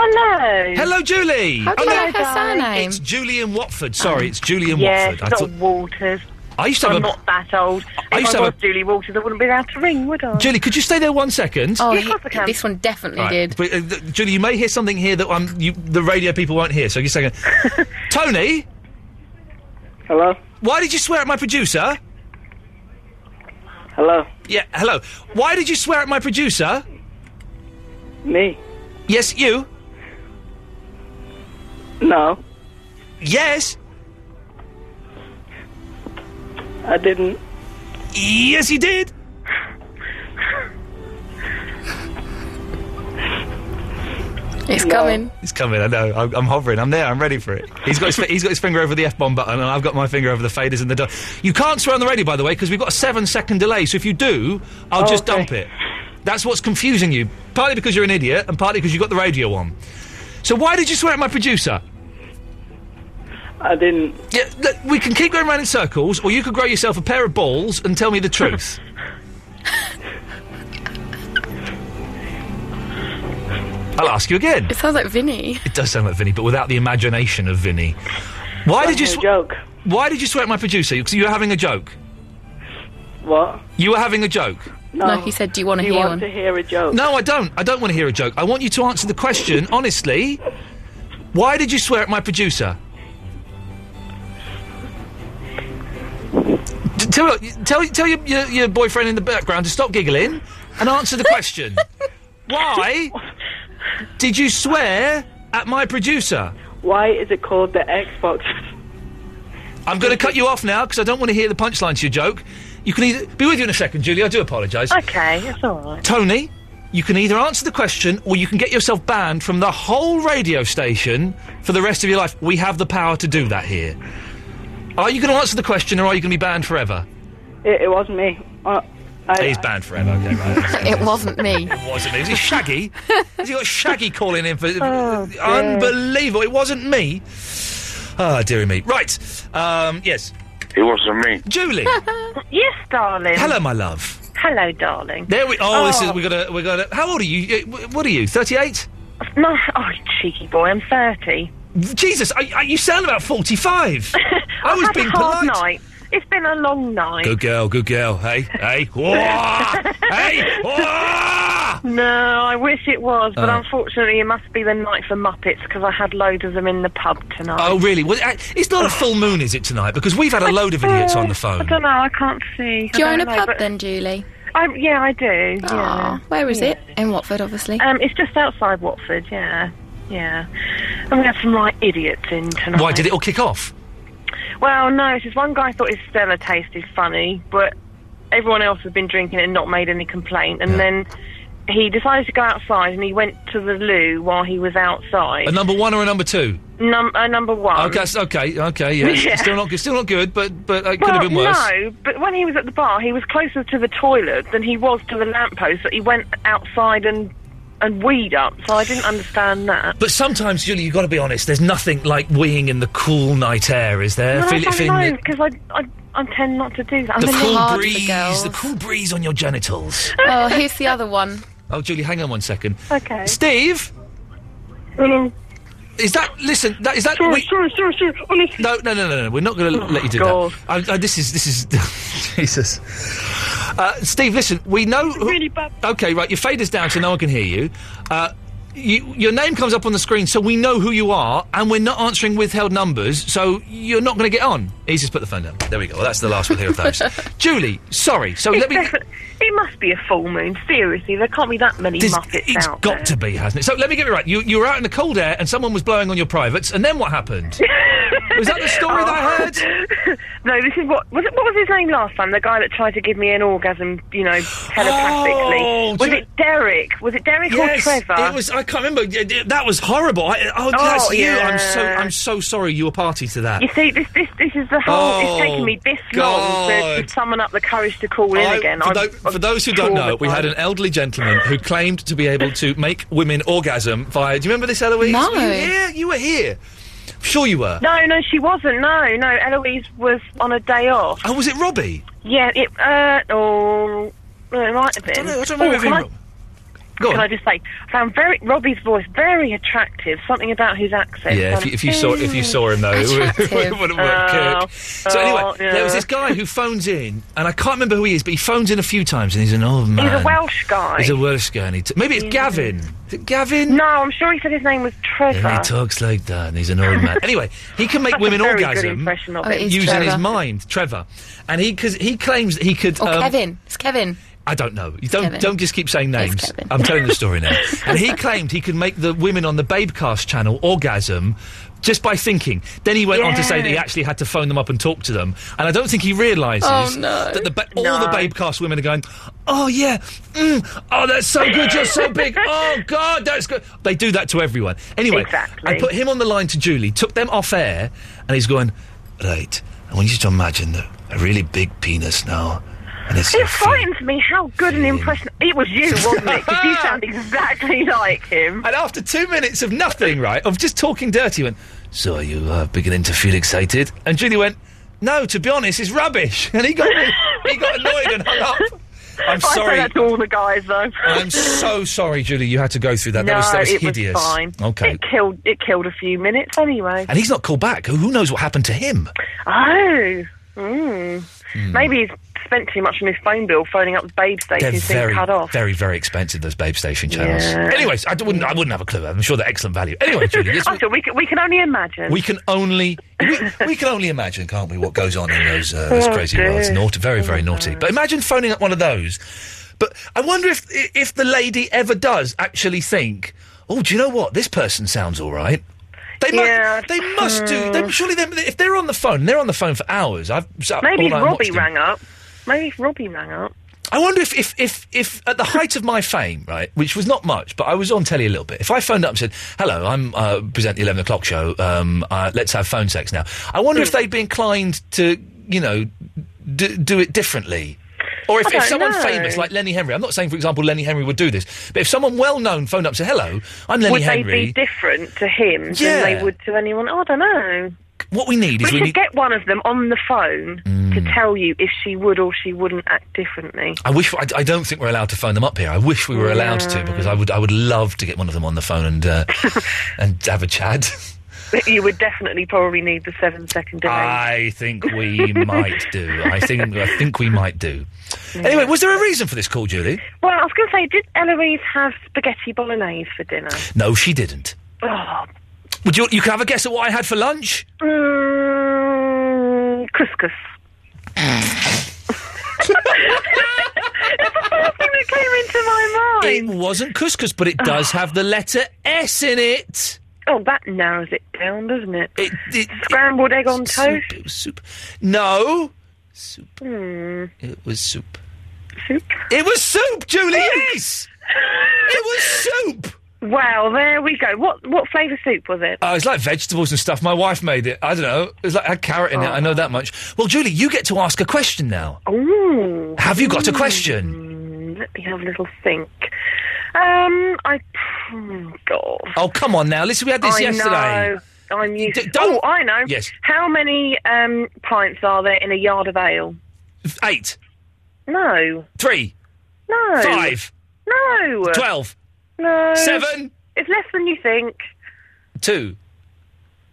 B: Hello.
G: Hello, Julie.
B: How do you like her surname?
G: It's Julie in Watford. Sorry, it's Julie in
B: yeah,
G: Watford.
B: it's not Walters.
G: I used to have
B: I'm
G: a-
B: not that old.
G: I
B: if
G: used to
B: I
G: have
B: was
G: a-
B: Julie Walters, I wouldn't be allowed to ring, would I?
G: Julie, could you stay there one second?
B: Oh, Yeah, of course I can.
R: This one definitely
G: Right.
R: did.
G: But, uh, th- Julie, you may hear something here that um, you, the radio people won't hear. So just a second. Tony.
X: Hello.
G: Why did you swear at my producer?
X: Hello.
G: Yeah, hello. Why did you swear at my producer?
X: Me.
G: Yes, you.
X: No,
G: Yes.
X: I didn't.
G: Yes, you did.
R: It's coming.
G: It's coming. I know. I'm, I'm hovering. I'm there. I'm ready for it. He's got his, fi- he's got his finger over the f bomb button, and I've got my finger over the faders and the. Do- you can't swear on the radio, by the way, because we've got a seven second delay. So if you do, I'll
X: Oh,
G: just
X: okay.
G: dump it. That's what's confusing you, partly because you're an idiot, and partly because you got the radio on. So why did you swear at my producer?
X: I didn't.
G: Yeah, look, we can keep going round in circles, or you could grow yourself a pair of balls and tell me the truth. I'll ask you again.
R: It sounds like Vinny.
G: It does sound like Vinny, but without the imagination of Vinny. Why did you
X: no
G: sw- joke? Why did you swear at my producer? Because you were having a joke.
X: What?
G: You were having a joke.
R: No, he said, "Do you want to
X: Do you
R: hear
X: want
R: one?"
X: to hear a joke?
G: No, I don't. I don't want to hear a joke. I want you to answer the question honestly. Why did you swear at my producer? D- tell tell, tell your, your, your boyfriend in the background to stop giggling and answer the question. Why did you swear at my producer?
X: Why is it called the Xbox?
G: I'm going to cut you off now because I don't want to hear the punchline to your joke. You can either be with you in a second, Julie. I do apologise.
B: Okay, it's all right.
G: Tony, you can either answer the question or you can get yourself banned from the whole radio station for the rest of your life. We have the power to do that here. Are you going to answer the question or are you going to be banned forever?
X: It, it wasn't me. Uh, I,
G: He's banned forever. Okay, right.
R: it wasn't me.
G: It wasn't me. Is it Shaggy? Has he got Shaggy calling in for?
R: Oh, dear.
G: unbelievable! It wasn't me. Ah, dearie me. Right. Um, yes.
N: It wasn't me.
G: Julie.
B: yes, darling.
G: Hello, my love.
B: Hello, darling.
G: There we. Oh, this is. We got a. We got a. How old are you? Uh, wh- What are you? Thirty-eight.
B: No, oh, you cheeky boy, I'm 30.
G: Jesus, I, I, you sound about forty-five. I was
B: I've had
G: being
B: a hard
G: polite.
B: night. It's been a long night.
G: Good girl. Good girl. Hey. Hey. Whoa.
B: No, I wish it was, but
G: Oh.
B: unfortunately, it must be the night for Muppets because I had loads of them in the pub tonight.
G: Oh, really? Well, uh, it's not a full moon, is it tonight? Because we've had a load of idiots on the
B: I
G: phone.
B: don't know. I can't see.
R: Do you
B: I
R: own
B: don't
R: a
B: know,
R: pub
B: but-
R: then, Julie?
B: I, yeah, I do. yeah.
R: Ah, where is
B: Yeah.
R: it? In Watford, obviously.
B: Um, it's just outside Watford. Yeah, yeah. And we had some right idiots in tonight.
G: Why did it all kick off?
B: Well, no, it's just one guy thought his Stella tasted funny, but everyone else had been drinking it and not made any complaint. And then he decided to go outside and he went to the loo while he was outside.
G: A number one or a number two?
B: Num- uh, number one.
G: okay. s- Okay. Okay. Yeah.
B: Yeah.
G: Still not good. Still not good. But but it could
B: well,
G: have been worse.
B: No, but when he was at the bar, he was closer to the toilet than he was to the lamppost. That he went outside and and weed up. So I didn't understand that.
G: But sometimes, Julie, you've got to be honest. There's nothing like weeing in the cool night air, is there?
B: well,
G: Feel-
B: I
G: feeling
B: don't
G: the-
B: know because I, I I tend not to do that. I'm
G: the
B: a little
G: cool
B: hard
G: breeze,
B: for girls.
G: the cool breeze on your genitals.
R: well, here's the other one.
G: Oh, Julie, hang on one second.
B: Okay.
G: Steve.
B: Hello.
G: Is that listen? That is that? Sure,
B: sure, sure, sure. Oh, Honestly.
G: No, no, no, no, no. We're not going to let you do that. I, I, this is this is Jesus. Uh, Steve, listen. We know. really bad. Okay, right. Your fader's down, so no one can hear you. Uh, you, your name comes up on the screen, so we know who you are, and we're not answering withheld numbers, so you're not going to get on. Easiest put the phone down. There we go. Well, that's the last we'll hear of those. Julie, sorry. So
B: It's
G: let me.
B: defi- It must be a full moon. Seriously, there can't be that many
G: There's-
B: muppets
G: it's
B: out
G: got
B: there.
G: to be, hasn't it? So let me get it right. You, you were out in the cold air, and someone was blowing on your privates, and then what happened? was that the story that I heard?
B: Oh. no, this is what was it, what was his name last time? The guy that tried to give me an orgasm, you know, telepathically.
G: Oh,
B: was
G: do-
B: it Derek? Was it Derek
G: yes,
B: or Trevor?
G: it was. I can't remember. Y- y- That was horrible. I, oh,
B: Oh,
G: that's you. I'm so.
B: yeah.
G: I'm so sorry. You were party to that.
B: You see, this this this is the whole.
G: Oh,
B: it's taken me this long to,
G: God.
B: to summon up the courage to call in
G: I-
B: again.
G: For,
B: I'm-
G: tho- for those who don't know, we had an elderly gentleman who claimed to be able to make women orgasm via. Do you remember this, Eloise?
B: No.
G: Were you here? You were here. I'm sure you were.
B: No, no, she wasn't. No, no, Eloise was on a day off.
G: Oh, was it Robbie?
B: Yeah, it. Uh, or well, it might have been.
G: I don't
B: Oh,
G: remember
B: can
G: being
B: I-
G: Rob- Go
B: Can
G: on.
B: I just say, I found very Robbie's voice very attractive. Something about his accent. Mm.
G: Yeah, if you, if you saw if you saw him though, it would- it
B: Attractive.
G: would have worked.
B: Oh,
G: Kirk. So anyway,
B: oh,
G: there was
B: yeah.
G: this guy who phones in, and I can't remember who he is, but he phones in a few times, and he's an old man.
B: He's a Welsh guy.
G: He's a Welsh guy. And he t- maybe it's Gavin. Is it Gavin?
B: No, I'm sure he said his name was Trevor.
G: And he talks like that, and he's an old man. anyway, he can make
B: That's
G: women
B: a very good
G: orgasm
B: impression of Oh, it is
G: using his
B: Trevor. Oh,
G: mind, Trevor. And he cause he claims that he could.
R: Or
G: um,
R: Kevin. It's Kevin.
G: I don't know. You don't
R: Kevin.
G: don't just keep saying names. I'm telling the story now. and he claimed he could make the women on the Babecast channel orgasm just by thinking. Then he went on to say that he
E: Yeah.
G: actually had to phone them up and talk to them. And I don't think he realises
E: Oh, no.
G: that the ba- all
E: No.
G: the Babecast women are going, "Oh yeah, mm, oh that's so good, you're so big, oh god, that's good." They do that to everyone. Anyway,
E: Exactly.
G: I put him on the line to Julie, took them off air, and he's going, "Right, I want you to imagine the, a really big penis now." And it's
B: It frightens me how good an impression it was you, wasn't it? 'Cause you sound exactly like him.
G: And after two minutes of nothing, right, of just talking dirty, he went, So are you uh, beginning to feel excited? And Julie went, No, to be honest, it's rubbish. And he got, he got annoyed and hung up. I'm
B: I say
G: sorry.
B: that to all the guys though.
G: I'm so sorry, Julie, you had to go through that.
B: no,
G: that was, that was
B: it
G: hideous.
B: was fine.
G: Okay.
B: It killed. It killed a few minutes anyway.
G: And he's not called back. Who- Who knows what happened to him?
B: Oh. Mm.
G: Hmm.
B: Maybe he's spent too much on his phone bill phoning up the babe station
G: They're
B: and being
G: very,
B: cut off.
G: very, very expensive. Those Babe Station channels.
B: Yeah.
G: Anyways, I d- wouldn't, I wouldn't have a clue. I'm sure they're excellent value. Anyway, Julie, yes,
B: I thought we can, we can only imagine.
G: We can only we, we can only imagine, can't we, what goes on in those uh, those
B: Oh,
G: crazy
B: dear. Oh,
G: worlds? Naughty, very very naughty. But imagine phoning up one of those. But I wonder if if the lady ever does actually think, oh, do you know what? This person sounds all right. They
B: Yeah.
G: must. They must do. They,
B: Hmm.
G: surely, they, if they're on the phone, they're on the phone for hours. I've sat uh, all
B: Maybe
G: night and watched
B: Robbie
G: them.
B: rang up. Maybe if Robbie rang up.
G: I wonder if, if, if, if at the height of my fame, right, which was not much, but I was on telly a little bit. If I phoned up and said, "Hello, I'm uh, present the eleven o'clock show. Um, uh, let's have phone sex now." I wonder if they'd be inclined to, you know, d- do it differently, or if,
E: I
G: if
E: don't
G: someone
E: know.
G: famous like Lenny Henry. I'm not saying, for example, Lenny Henry would do this, but if someone well known phoned up and said, "Hello, I'm Lenny
B: would
G: Henry,"
B: they be different to him than
G: Yeah.
B: they would to anyone? I don't know.
G: what we need
B: We
G: is
B: should
G: we need.
B: get one of them on the phone
G: Hmm.
B: to tell you if she would or she wouldn't act differently.
G: I wish I, I don't think we're allowed to phone them up here. I wish we were allowed to because I would I would love to get one of them on the phone and uh, and have a chat.
B: you would definitely probably need the seven second delay.
G: I think we might do. I think I think we might do. Anyway, was there a reason for this call, Julie?
B: well, I was going to say, did Eloise have spaghetti bolognese for dinner?
G: No, she didn't.
B: Oh,
G: Would you you can have a guess at what I had for lunch?
B: mm, couscous. That's the first thing that came into my mind.
G: It wasn't couscous, but it does have the letter S in it.
B: Oh, that narrows it down, doesn't it? Scrambled egg on toast.
G: Soup. it was soup. No,
B: Hmm.
G: it was soup.
B: Soup.
G: It was soup, Julie. Yes. It was soup.
B: Well, there we go. What what flavour soup was it?
G: Uh, it's like vegetables and stuff. My wife made it. I don't know. It was like had carrot in it. I know that much. Well, Julie, you get to ask a question now.
B: Ooh.
G: Have you got a question?
B: Mm, Let me have a little think. Um, I. hmm, God.
G: Oh, come on now. Listen, we had this
B: I
G: yesterday.
B: Know. I'm used. oh, I know.
G: Yes.
B: How many um, pints are there in a yard of ale?
G: Eight.
B: No.
G: Three.
B: No.
G: Five.
B: No.
G: Twelve.
B: No.
G: Seven.
B: It's less than you think.
G: Two.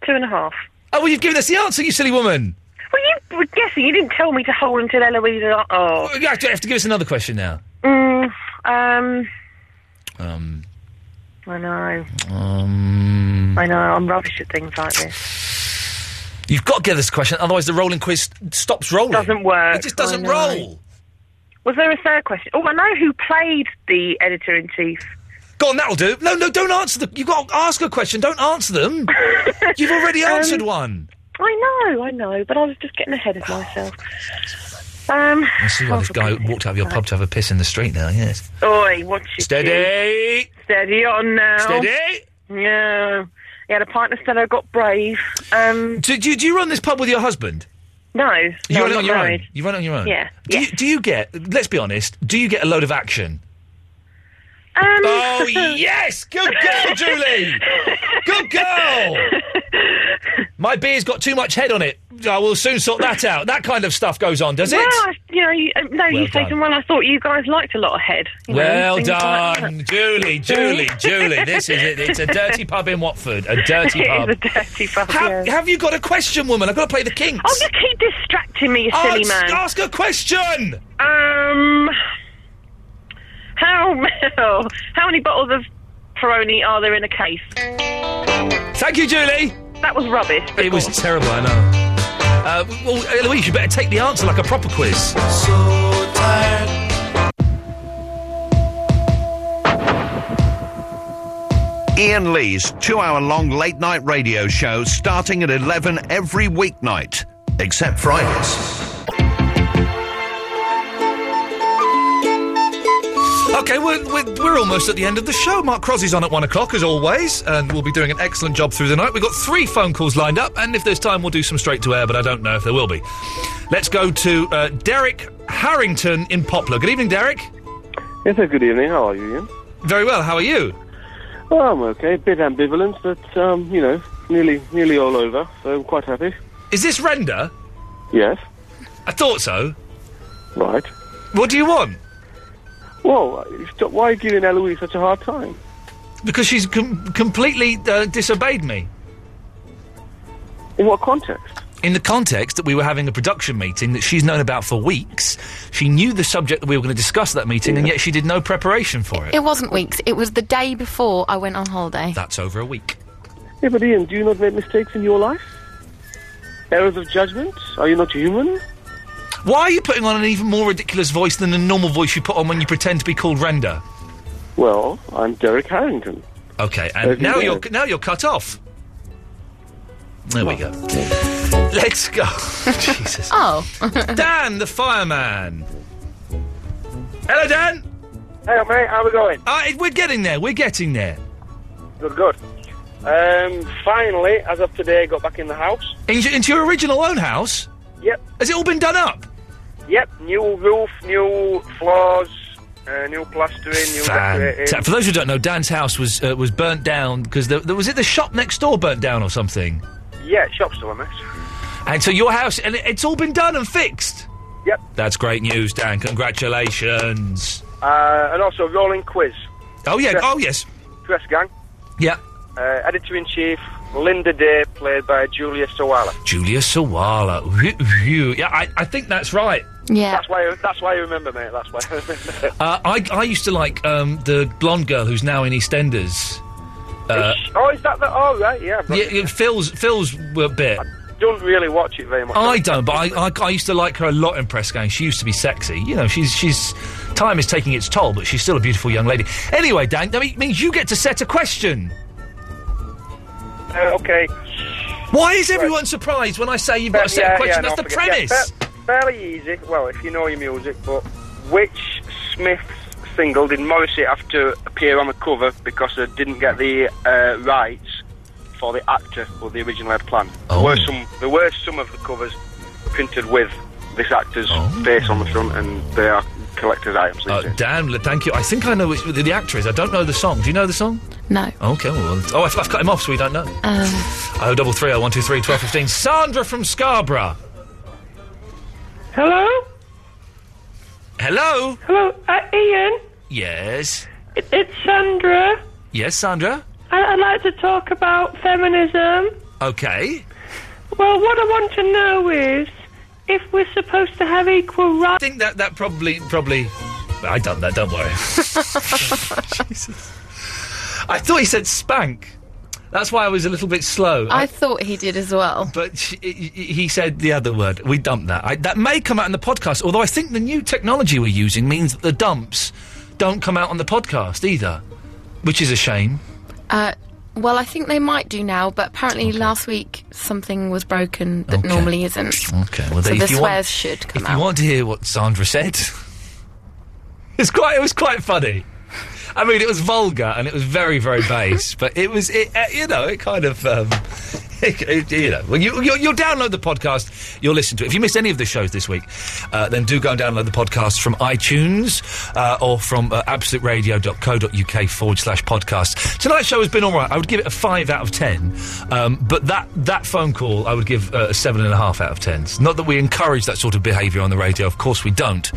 B: Two and a half.
G: Oh, well, you've given us the answer, you silly woman.
B: Well, you were guessing. You didn't tell me to hold until Eloise. Mm, Oh.
G: You have to, have to give us another question now.
B: Mm, um.
G: Um,
B: I know.
G: Um,
B: I know. I'm rubbish at things like this.
G: You've got to get this question, otherwise the rolling quiz stops rolling.
B: Doesn't work.
G: It just doesn't
B: I know.
G: roll.
B: Was there a third question? Oh, I know who played the editor in chief.
G: Go on, that'll do. No, no, don't answer them. You've got to ask a question. Don't answer them. You've already
B: Um,
G: answered one.
B: I know, I know, but I was just getting ahead of myself. Um,
G: I see why this guy walked out of your pub to have a piss in the street now, yes.
B: oi, what you
G: Steady.
B: do? Steady on now.
G: Steady.
B: Yeah. He had a pint of Stella, got brave. Um,
G: Do, do, do you run this pub with your husband?
B: no. You
G: You
B: no,
G: run it
B: I'm
G: on your
B: not married.
G: own. You run it on your own.
B: Yeah,
G: Do, You, do you get? Let's be honest. Do you get a load of action?
B: Um,
G: Oh yes, good girl, Julie. Good girl. My beer's got too much head on it. I will soon sort that out. That kind of stuff goes on, does
B: well,
G: it?
B: I, you know, you, um, no,
G: Well
B: you say
G: done.
B: to me, well, I thought you guys liked a lot of head. you know,
G: Well
B: things like that.
G: done, Julie, Julie, Julie. This is it. It's a dirty pub in Watford. A dirty
B: It is
G: pub.
B: a dirty pub.
G: Have,
B: yeah.
G: have you got a question, woman? I've got to play the Kinks.
B: Oh, you keep distracting me, you silly
G: ask,
B: man.
G: Ask a question.
B: Um, how how many bottles of Peroni are there in a case?
G: Thank you, Julie.
B: That was rubbish.
G: It was terrible. I know. Uh, well, Eloise, you better take the answer like a proper quiz. So tired.
Q: Ian Lee's two hour long late night radio show starting at 11 every weeknight, except Fridays.
G: Okay, we're, we're, we're almost at the end of the show. Mark Crosby's on at one o'clock, as always, and we'll be doing an excellent job through the night. We've got three phone calls lined up, and if there's time, we'll do some straight to air, but I don't know if there will be. Let's go to uh, Derek Harrington in Poplar. Good evening, Derek.
I: Yes, sir, good evening. How are you, Ian?
G: Very well. How are you?
I: Well, Oh, I'm okay. A bit ambivalent, but, um, you know, nearly nearly all over, so I'm quite happy.
G: Is this Render?
I: Yes.
G: I thought so.
I: Right.
G: What do you want?
I: Well, stop, why are you giving Eloise such a hard time?
G: Because she's com- completely uh, disobeyed me.
I: In what context?
G: In the context that we were having a production meeting that she's known about for weeks. She knew the subject that we were going to discuss at that meeting, and yet she did no preparation for it.
D: It wasn't weeks. It was the day before I went on holiday.
G: That's over a week.
I: Yeah, but Ian, do you not make mistakes in your life? Errors of judgment? Are you not human?
G: Why are you putting on an even more ridiculous voice than the normal voice you put on when you pretend to be called Render?
I: Well, I'm Derek Harrington.
G: Okay, And now you're now you're cut off. There we go. Let's go. Jesus.
D: Oh.
G: Dan the fireman. Hello, Dan.
K: Hey, mate. How we going?
G: Uh, it- we're getting there. We're getting there.
K: Good, good. Um, finally, as of today, got back in the house.
G: Into, into your original own house.
K: Yep.
G: Has it all been done up?
K: Yep, new roof, new floors, uh, new plastering, new
G: Fanta-
K: decorating.
G: For those who don't know, Dan's house was uh, was burnt down because there, there was it the shop next door burnt down or something.
K: Yeah, shop's still a mess.
G: And so your house and it, it's all been done and fixed.
K: Yep.
G: That's great news, Dan. Congratulations.
K: Uh, and also, rolling quiz.
G: Oh yeah.
K: Dress-
G: Oh yes.
K: Dress gang.
G: Yeah.
K: Uh, Editor in chief, Linda Day, played by Julia Sawala.
G: Julia Sawala. Whew, whew. Yeah, I, I think that's right.
K: Yeah. That's why. That's why I remember, mate. That's why I remember.
G: Uh, I, I used to like um, the blonde girl who's now in EastEnders. Uh,
K: oh, is that the? Oh, right. Yeah.
G: yeah, yeah, Phil's Phil's w- bit.
K: Don't really watch it very much.
G: I don't, but I, I, I used to like her a lot in Press Gang. She used to be sexy. You know, she's she's time is taking its toll, but she's still a beautiful young lady. Anyway, Dan, that me- means you get to set a question.
K: Uh, okay.
G: Why is everyone surprised when I say you've got to set a question?
K: no,
G: That's the
K: forget- yeah,
G: premise.
K: fa- fairly easy. Well, if you know your music, but which Smith's single did Morrissey have to appear on the cover because they didn't get the uh, rights for the actor or the original had planned?
G: Oh.
K: There were some. There were some of the covers printed with this actor's
G: Oh.
K: face on the front, and they are collector's items. these
G: Uh,
K: days.
G: Dan, l- thank you. I think I know which, the, the actor is. I don't know the song. Do you know the song?
D: No.
G: Okay. Well, oh, I've, I've cut him off, so we don't know.
D: Um,
G: Oh, double three, oh, one, two, three, twelve, fifteen. Sandra from Scarborough.
Y: Hello?
G: Hello.
Y: Hello, uh, Ian?
G: Yes.
Y: It- It's Sandra.
G: Yes, Sandra.
Y: I- I'd like to talk about feminism.
G: Okay.
Y: Well, what I want to know is if we're supposed to have equal
G: I
Y: rights.
G: think that that probably probably. I done that. Don't worry. Jesus. I thought he said spank. That's why I was a little bit slow.
D: I thought he did as well.
G: But sh- he- he he said the other word. We dumped that. I, that may come out in the podcast, although I think the new technology we're using means that the dumps don't come out on the podcast either, which is a shame.
D: Uh, well, I think they might do now, but apparently last week something was broken that normally isn't.
G: Okay, well,
D: so
G: if
D: the
G: you
D: swears
G: want,
D: should
G: if
D: come
G: you
D: out.
G: want to hear what Sandra said, it's quite. It was quite funny. I mean, it was vulgar and it was very, very base, but it was. It, uh, you know, it kind of. Um, it, it- you know, well, you, you'll, you'll download the podcast. You'll listen to it. If you missed any of the shows this week, uh, then do go and download the podcast from iTunes uh, or from uh, absoluteradio.co.uk forward slash podcast. Tonight's show has been all right. I would give it a five out of ten, um, but that that phone call I would give uh, a seven and a half out of ten. It's Not that we encourage that sort of behaviour on the radio, of course we don't,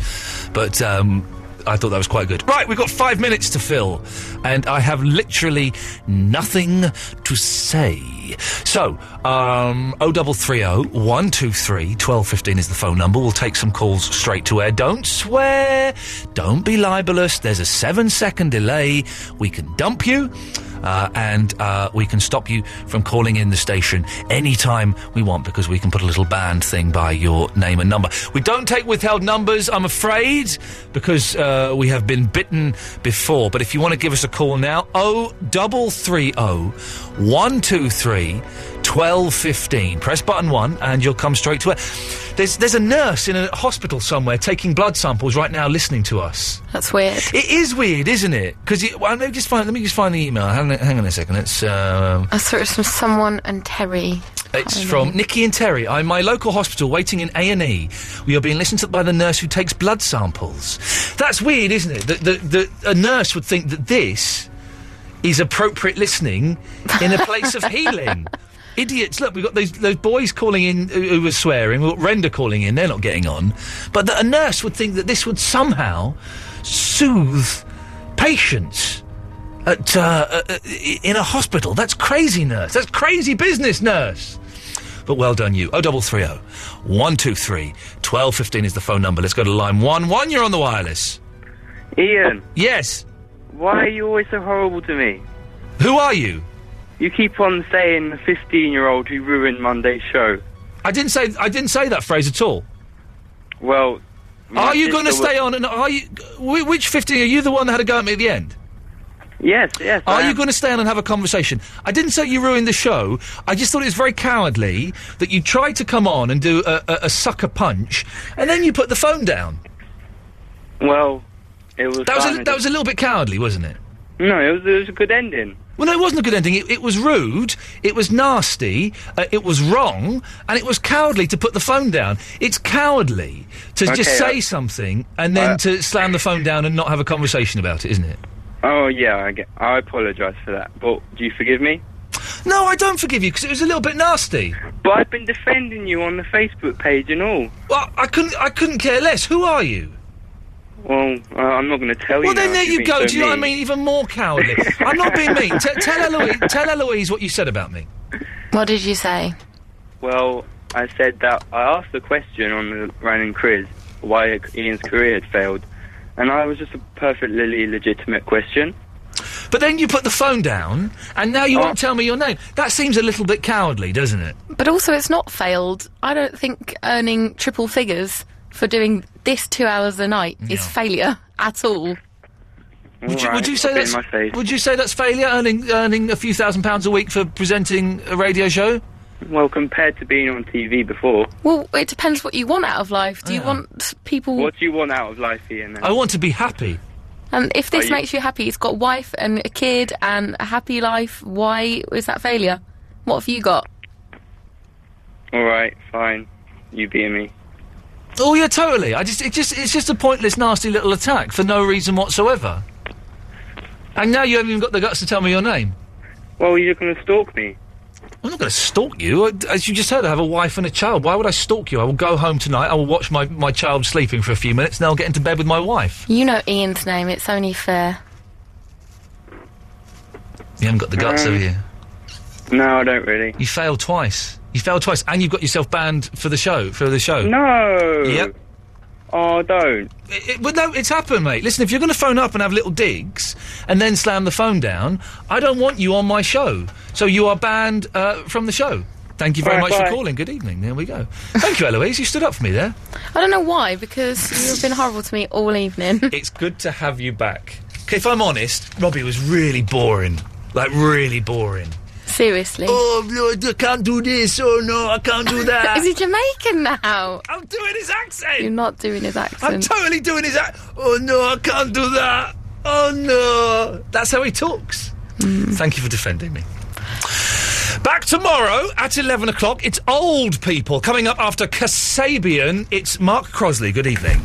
G: but. Um, I thought that was quite good. Right, we've got five minutes to fill, and I have literally nothing to say. So, um, 0330 123 1215 is the phone number. We'll take some calls straight to air. Don't swear. Don't be libelous. There's a seven second delay. We can dump you, uh, and uh, we can stop you from calling in the station anytime we want because we can put a little band thing by your name and number. We don't take withheld numbers, I'm afraid, because uh, we have been bitten before. But if you want to give us a call now, 0330 123 1215. Press button one and you'll come straight to it. There's, there's a nurse in a hospital somewhere taking blood samples right now listening to us.
D: That's weird.
G: It is weird, isn't it? Because well, let me just find let me just find the email. Hang on, hang on a second. It's um,
D: I saw it was from someone and Terry.
G: it's from Nikki and Terry. I'm my local hospital, waiting in A and E. We are being listened to by the nurse who takes blood samples. That's weird, isn't it? That the, the, a nurse would think that this is appropriate listening in a place of healing. Idiots! Look, we've got those, those boys calling in who, who were swearing. We've got Renda calling in; they're not getting on. But that a nurse would think that this would somehow soothe patients at uh, uh, uh, i- in a hospital. That's crazy, nurse. That's crazy business, nurse. But well done, you. Oh, 0330 123 1215 is the phone number. Let's go to line one. One, you're on the wireless.
K: Ian.
G: Yes.
K: Why are you always so horrible to me?
G: Who are you?
K: You keep on saying the 15 year old who ruined Monday's show.
G: I didn't say I didn't say that phrase at all.
K: Well, my
G: are you going to
K: sister
G: stay
K: wa-
G: on? And are you wh- which fifteen? Are you the one that had a go at me at the end?
K: Yes, yes.
G: Are you going to stay on and have a conversation? I didn't say you ruined the show. I just thought it was very cowardly that you tried to come on and do a, a, a sucker punch, and then you put the phone down.
K: Well, it was.
G: That was
K: kind
G: a,
K: of-
G: that was a little bit cowardly, wasn't it?
K: No, it was, it was a good ending.
G: Well, no, it wasn't a good ending. It, it was rude. It was nasty. Uh, it was wrong, and it was cowardly to put the phone down. It's cowardly to
K: Okay, uh,
G: just say
K: I-
G: something and then to slam the phone down and not have a conversation about it, isn't it?
K: Oh, yeah, I, get, I apologise for that. But do you forgive me?
G: No, I don't forgive you because it was a little bit nasty.
K: But I've been defending you on the Facebook page and all.
G: Well, I couldn't. I couldn't care less. Who are you?
K: Well, uh, I'm not going to tell you.
G: Well, then
K: now
G: there
K: if you're
G: you
K: being
G: go.
K: so
G: Do you know what I
K: mean.
G: mean? Even more cowardly. I'm not being mean. T- tell Eloise. Tell Eloise what you said about me.
D: What did you say?
K: Well, I said that I asked the question on the Ryan quiz why Ian's career had failed, and I was just a perfectly legitimate question.
G: But then you put the phone down, and now you
K: Oh.
G: won't tell me your name. That seems a little bit cowardly, doesn't it?
D: But also, it's not failed. I don't think earning triple figures for doing this two hours a night is failure at all.
G: Would you,
K: Alright,
G: would you say
K: I'll be in
G: that's
K: my face.
G: Would you say that's failure earning earning a few thousand pounds a week for presenting a radio show?
K: Well, compared to being on TV before,
D: Well, it depends what you want out of life. Do you want people?
K: what do you want out of life, Ian? then?
G: I want to be happy.
D: And Um, if this
K: Are you-
D: makes you happy, he's got wife and a kid and a happy life. Why is that failure? What have you got?
K: All right, fine. You beat me.
G: Oh yeah, totally. I just it just it's just a pointless, nasty little attack for no reason whatsoever. And now you haven't even got the guts to tell me your name.
K: Well, you're going to stalk me.
G: I'm not going to stalk you. I- As you just heard, I have a wife and a child. Why would I stalk you? I will go home tonight. I will watch my, my child sleeping for a few minutes, and I'll get into bed with my wife.
D: You know Ian's name. It's only fair.
G: You haven't got the guts,
K: Um,
G: have you?
K: No, I don't really.
G: You failed twice. You failed twice, and you've got yourself banned for the show. For the show.
K: No.
G: Yep. Oh, don't. It, it, but no, it's happened, mate. Listen, if you're going to phone up and have little digs and then slam the phone down, I don't want you on my show. So you are banned uh, from the show. Thank you very
R: All right,
G: much
R: bye.
G: for calling. Good evening. There we go. Thank you, Eloise. You stood up for me there.
R: I don't know why, because you've been horrible to me all evening.
G: it's good to have you back. 'Kay, If I'm honest, Robbie was really boring. Like, really boring.
R: Seriously.
G: Oh, Lord, I can't do this. Oh, no, I can't do that. Oh,
R: Is he Jamaican now?
G: I'm doing his accent.
R: You're not doing his accent.
G: I'm totally doing his act. Oh no, I can't do that. Oh no. That's how he talks.
R: Hmm.
G: Thank you for defending me. Back tomorrow at 11 o'clock. It's old people. Coming up after Kasabian, it's Mark Crosley. Good evening.